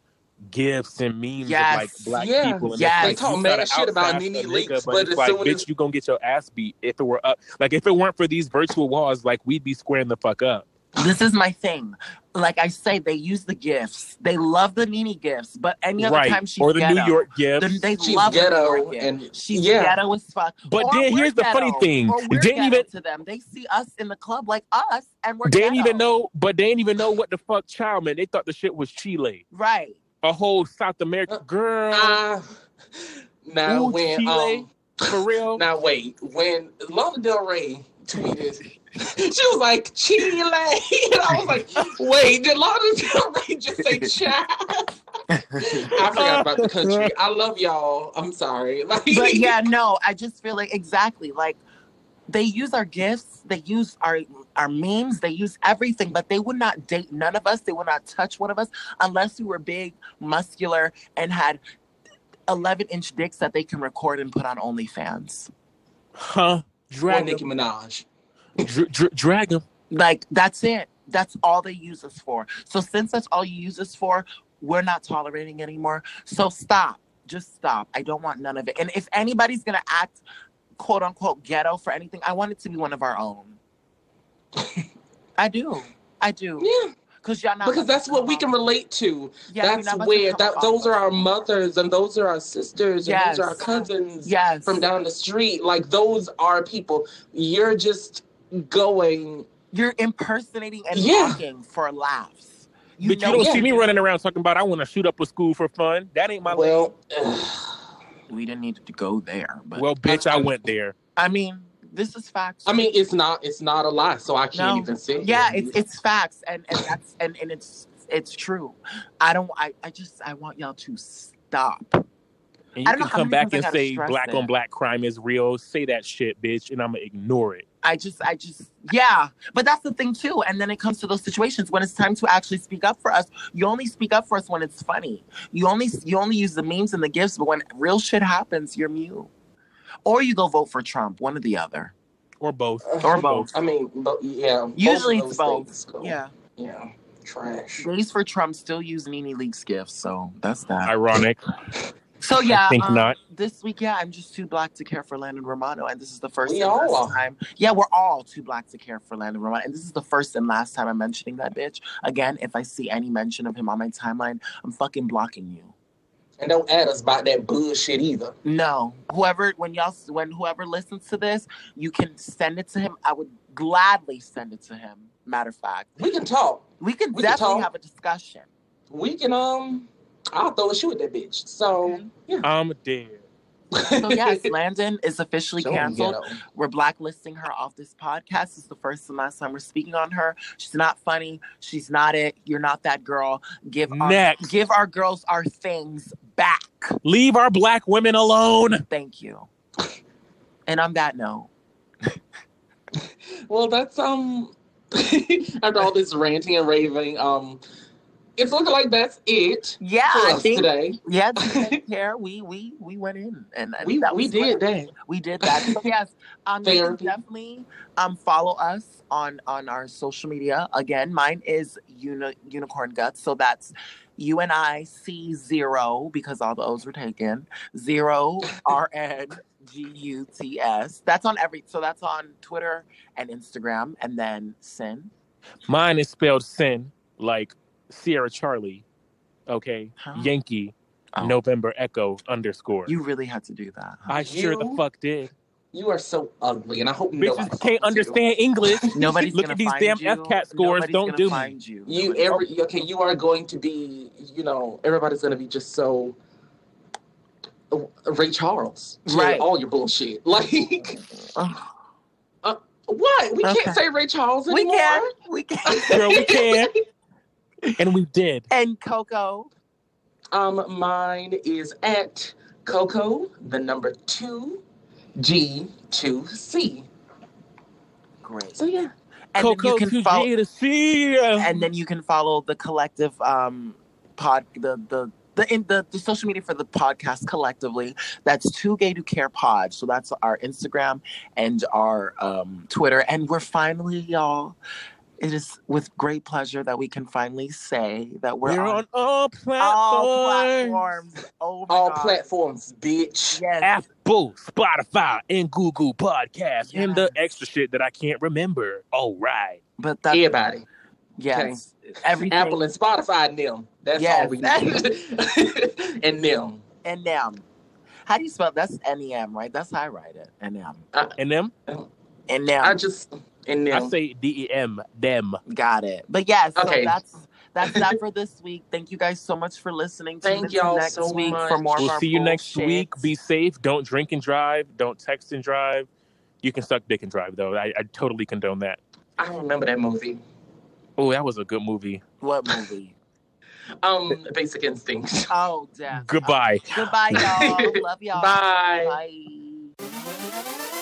Speaker 3: gifs and memes
Speaker 2: Yes.
Speaker 3: of like black
Speaker 1: Yeah.
Speaker 3: people. And
Speaker 2: Yes.
Speaker 3: it's
Speaker 2: They
Speaker 3: like,
Speaker 1: talk
Speaker 3: you
Speaker 1: mad
Speaker 3: gotta
Speaker 1: shit about
Speaker 3: outsize
Speaker 1: Nene
Speaker 3: a nigga,
Speaker 1: Leakes,
Speaker 3: but,
Speaker 1: but
Speaker 3: it's
Speaker 1: as
Speaker 3: like,
Speaker 1: soon
Speaker 3: bitch,
Speaker 1: as-
Speaker 3: you gonna get your ass beat if it were up. Like if it weren't for these virtual walls, like we'd be squaring the fuck up.
Speaker 2: this is my thing. Like I say, they use the gifts. They love the Nini gifts, but any other
Speaker 3: right.
Speaker 2: time she's
Speaker 3: or the
Speaker 2: ghetto,
Speaker 3: New York gifts.
Speaker 2: then they
Speaker 1: She's
Speaker 2: love the New
Speaker 1: ghetto
Speaker 2: York gift.
Speaker 1: and
Speaker 2: she's
Speaker 1: yeah.
Speaker 2: ghetto as fuck.
Speaker 3: But
Speaker 2: Or
Speaker 3: then
Speaker 2: we're
Speaker 3: here's the
Speaker 2: ghetto.
Speaker 3: funny thing.
Speaker 2: Or we're
Speaker 3: Didn't
Speaker 2: ghetto
Speaker 3: even
Speaker 2: to them. They see us in the club like us, and we're
Speaker 3: they didn't
Speaker 2: ghetto.
Speaker 3: even know, but they didn't even know what the fuck child meant. They thought the shit was Chile,
Speaker 2: Right.
Speaker 3: a whole South American girl
Speaker 1: Uh, now
Speaker 3: Ooh,
Speaker 1: when
Speaker 3: Chile.
Speaker 1: um,
Speaker 3: for real.
Speaker 1: now wait, when Lana Del Rey tweeted, she was like Chile, and I was like, wait, did Lana Del Rey just say child? I forgot about the country. I love y'all. I'm sorry. Like,
Speaker 2: But yeah, no, I just feel like exactly like they use our gifts, they use our our memes, they use everything, but they would not date none of us. They would not touch one of us unless we were big, muscular, and had eleven inch dicks that they can record and put on OnlyFans.
Speaker 3: huh?
Speaker 1: or
Speaker 3: Drag
Speaker 1: Nicki
Speaker 3: him,
Speaker 1: Minaj.
Speaker 3: dr- dr- drag him.
Speaker 2: Like that's it. That's all they use us for. So since that's all you use us for, we're not tolerating anymore. So stop. Just stop. I don't want none of it. And if anybody's gonna act quote unquote ghetto for anything, I want it to be one of our own. I do. I do.
Speaker 1: Yeah,
Speaker 2: Cause y'all not
Speaker 1: because
Speaker 2: about to
Speaker 1: that's what
Speaker 2: come
Speaker 1: we
Speaker 2: off-
Speaker 1: can relate to.
Speaker 2: Yeah, we're
Speaker 1: that's
Speaker 2: not about to
Speaker 1: where
Speaker 2: come
Speaker 1: that
Speaker 2: off
Speaker 1: those are our
Speaker 2: of-
Speaker 1: mothers and those are our sisters and
Speaker 2: Yes.
Speaker 1: those are our cousins
Speaker 2: Yes.
Speaker 1: from down the street. Like those are people. You're just going.
Speaker 2: You're impersonating and
Speaker 1: Yeah.
Speaker 2: mocking for laughs.
Speaker 3: But you don't
Speaker 1: yeah.
Speaker 3: see me running around talking about I want to shoot up a school for fun. That ain't my well,
Speaker 1: Well,
Speaker 2: we didn't need to go there, but
Speaker 3: well, bitch. I
Speaker 1: I-
Speaker 3: went there.
Speaker 2: I mean, this is facts.
Speaker 1: I mean, it's not. It's not a lot, so I can't
Speaker 2: No.
Speaker 1: even say.
Speaker 2: yeah, it's it's facts and and that's and, and it's it's true. I don't I, I just I want y'all to stop.
Speaker 3: And
Speaker 2: I
Speaker 3: you
Speaker 2: don't
Speaker 3: can
Speaker 2: know how
Speaker 3: come
Speaker 2: many
Speaker 3: back
Speaker 2: times I
Speaker 3: and
Speaker 2: gotta
Speaker 3: say
Speaker 2: stress
Speaker 3: black
Speaker 2: it.
Speaker 3: on black crime is real. Say that shit, bitch, and I'm gonna ignore it.
Speaker 2: I just, I just, yeah. But that's the thing too. And then it comes to those situations when it's time to actually speak up for us. You only speak up for us when it's funny. You only, you only use the memes and the gifts. But when real shit happens, you're mute, or you go vote for Trump. One or the other.
Speaker 3: or both.
Speaker 2: Or both.
Speaker 1: I mean, bo- yeah. both
Speaker 2: Usually
Speaker 1: of
Speaker 2: it's
Speaker 1: those
Speaker 2: both.
Speaker 1: things go-
Speaker 2: Yeah.
Speaker 1: Yeah. Trash.
Speaker 2: Days for Trump still use Nene Leaks gifts, so that's that.
Speaker 3: Ironic.
Speaker 2: So oh, yeah,
Speaker 3: think
Speaker 2: um,
Speaker 3: not.
Speaker 2: This week, yeah, I'm just too black to care for Landon Romano, and this is the first
Speaker 1: We
Speaker 2: and
Speaker 1: all
Speaker 2: last
Speaker 1: are.
Speaker 2: time. Yeah, we're all too black to care for Landon Romano, and this is the first and last time I'm mentioning that bitch. Again, if I see any mention of him on my timeline, I'm fucking blocking you.
Speaker 1: And don't add us about that bullshit either.
Speaker 2: No, whoever when y'all when whoever listens to this, you can send it to him. I would gladly send it to him. Matter of fact,
Speaker 1: We can talk.
Speaker 2: we can
Speaker 1: We can
Speaker 2: definitely
Speaker 1: talk.
Speaker 2: have a discussion.
Speaker 1: We can um. I'll throw a shoe at that bitch. So yeah.
Speaker 3: I'm dead.
Speaker 2: So yes, Landon is officially
Speaker 1: Don't
Speaker 2: canceled.
Speaker 1: ghetto.
Speaker 2: We're blacklisting her off this podcast. This is the first and last time we're speaking on her. She's not funny. She's not it. You're not that girl. Give our,
Speaker 3: Next.
Speaker 2: give our girls our things back.
Speaker 3: Leave our black women alone.
Speaker 2: Thank you. And on that note,
Speaker 1: Well, that's um. after all this ranting and raving, um, it's looking like that's it
Speaker 2: yeah,
Speaker 1: for
Speaker 2: I
Speaker 1: us
Speaker 2: think
Speaker 1: today.
Speaker 2: yeah, here we we we went in and, and
Speaker 1: We
Speaker 2: that
Speaker 1: we
Speaker 2: was
Speaker 1: did
Speaker 2: what-
Speaker 1: that.
Speaker 2: we did that. So yes, um, you can
Speaker 1: Therapy.
Speaker 2: definitely um follow us on on our social media. Again, mine is uni- unicorn guts, so that's U N I C zero because all the O's were taken. Zero R N G U T S. That's on every. So that's on Twitter and Instagram, and then Sin.
Speaker 3: Mine is spelled sin, like Sierra Charlie. Okay.
Speaker 2: Huh?
Speaker 3: Yankee.
Speaker 2: Oh.
Speaker 3: November Echo underscore.
Speaker 2: You really had to do that. huh?
Speaker 3: I sure the
Speaker 1: You-
Speaker 3: fuck did.
Speaker 1: You are so ugly, and I hope nobody
Speaker 3: Bitches can't
Speaker 1: finds you.
Speaker 3: understand English.
Speaker 2: Nobody's
Speaker 3: Look
Speaker 2: gonna
Speaker 3: at these
Speaker 2: find
Speaker 3: damn
Speaker 2: you.
Speaker 3: FCAT scores.
Speaker 2: Nobody's
Speaker 3: Don't
Speaker 2: gonna
Speaker 3: do me.
Speaker 2: find you.
Speaker 1: You every okay. You are going to be. You know, everybody's going to be just so. uh, Ray Charles to
Speaker 2: Right.
Speaker 1: all your bullshit. Like uh,
Speaker 2: Ugh.
Speaker 1: what? We
Speaker 2: Okay.
Speaker 1: can't say Ray Charles
Speaker 2: we
Speaker 1: anymore.
Speaker 2: can. We can.
Speaker 3: Girl, we can. and we did.
Speaker 2: And Coco.
Speaker 1: Um, mine is at Coco, the number two, G two C.
Speaker 2: Great.
Speaker 1: So yeah,
Speaker 2: and
Speaker 3: Coco
Speaker 2: then you
Speaker 3: to
Speaker 2: can follow,
Speaker 3: G to C.
Speaker 2: and then you can follow the collective um pod the the the, in the the social media for the podcast collectively that's two gay to care pod so that's our instagram and our um, twitter and we're finally y'all it is with great pleasure that we can finally say that we're,
Speaker 3: We're
Speaker 2: on,
Speaker 3: on all
Speaker 2: all
Speaker 3: platforms.
Speaker 2: platforms oh my
Speaker 1: all
Speaker 2: God.
Speaker 1: platforms, bitch.
Speaker 2: yes.
Speaker 3: Apple, Spotify, and Google Podcasts, and the
Speaker 2: Yes.
Speaker 3: extra shit that I can't remember. All right.
Speaker 2: but that
Speaker 1: Everybody,
Speaker 2: yes everything
Speaker 1: Apple and Spotify, and them. That's all we need. and them.
Speaker 2: and them how do you spell that's nem right that's how i write it nem
Speaker 3: And them,
Speaker 2: and now
Speaker 1: I just and
Speaker 3: I
Speaker 1: them.
Speaker 3: say D E M, them.
Speaker 2: Got it. But yeah, so
Speaker 1: Okay.
Speaker 2: that's that's that for this week. Thank you guys so much for listening. Tune
Speaker 1: Thank
Speaker 2: in
Speaker 1: y'all
Speaker 2: next
Speaker 1: so
Speaker 2: week
Speaker 1: much.
Speaker 2: for more. of
Speaker 3: We'll
Speaker 2: our
Speaker 3: see you next
Speaker 2: bullshit.
Speaker 3: week. Be safe. Don't drink and drive. Don't text and drive. You can suck dick and drive, though. I, I totally condone that.
Speaker 1: I remember that movie.
Speaker 3: Oh, that was a good movie.
Speaker 2: what movie?
Speaker 1: Um, Basic Instinct.
Speaker 2: Oh, damn.
Speaker 3: Goodbye.
Speaker 2: Goodbye, y'all. Love y'all.
Speaker 1: Bye.
Speaker 2: Bye.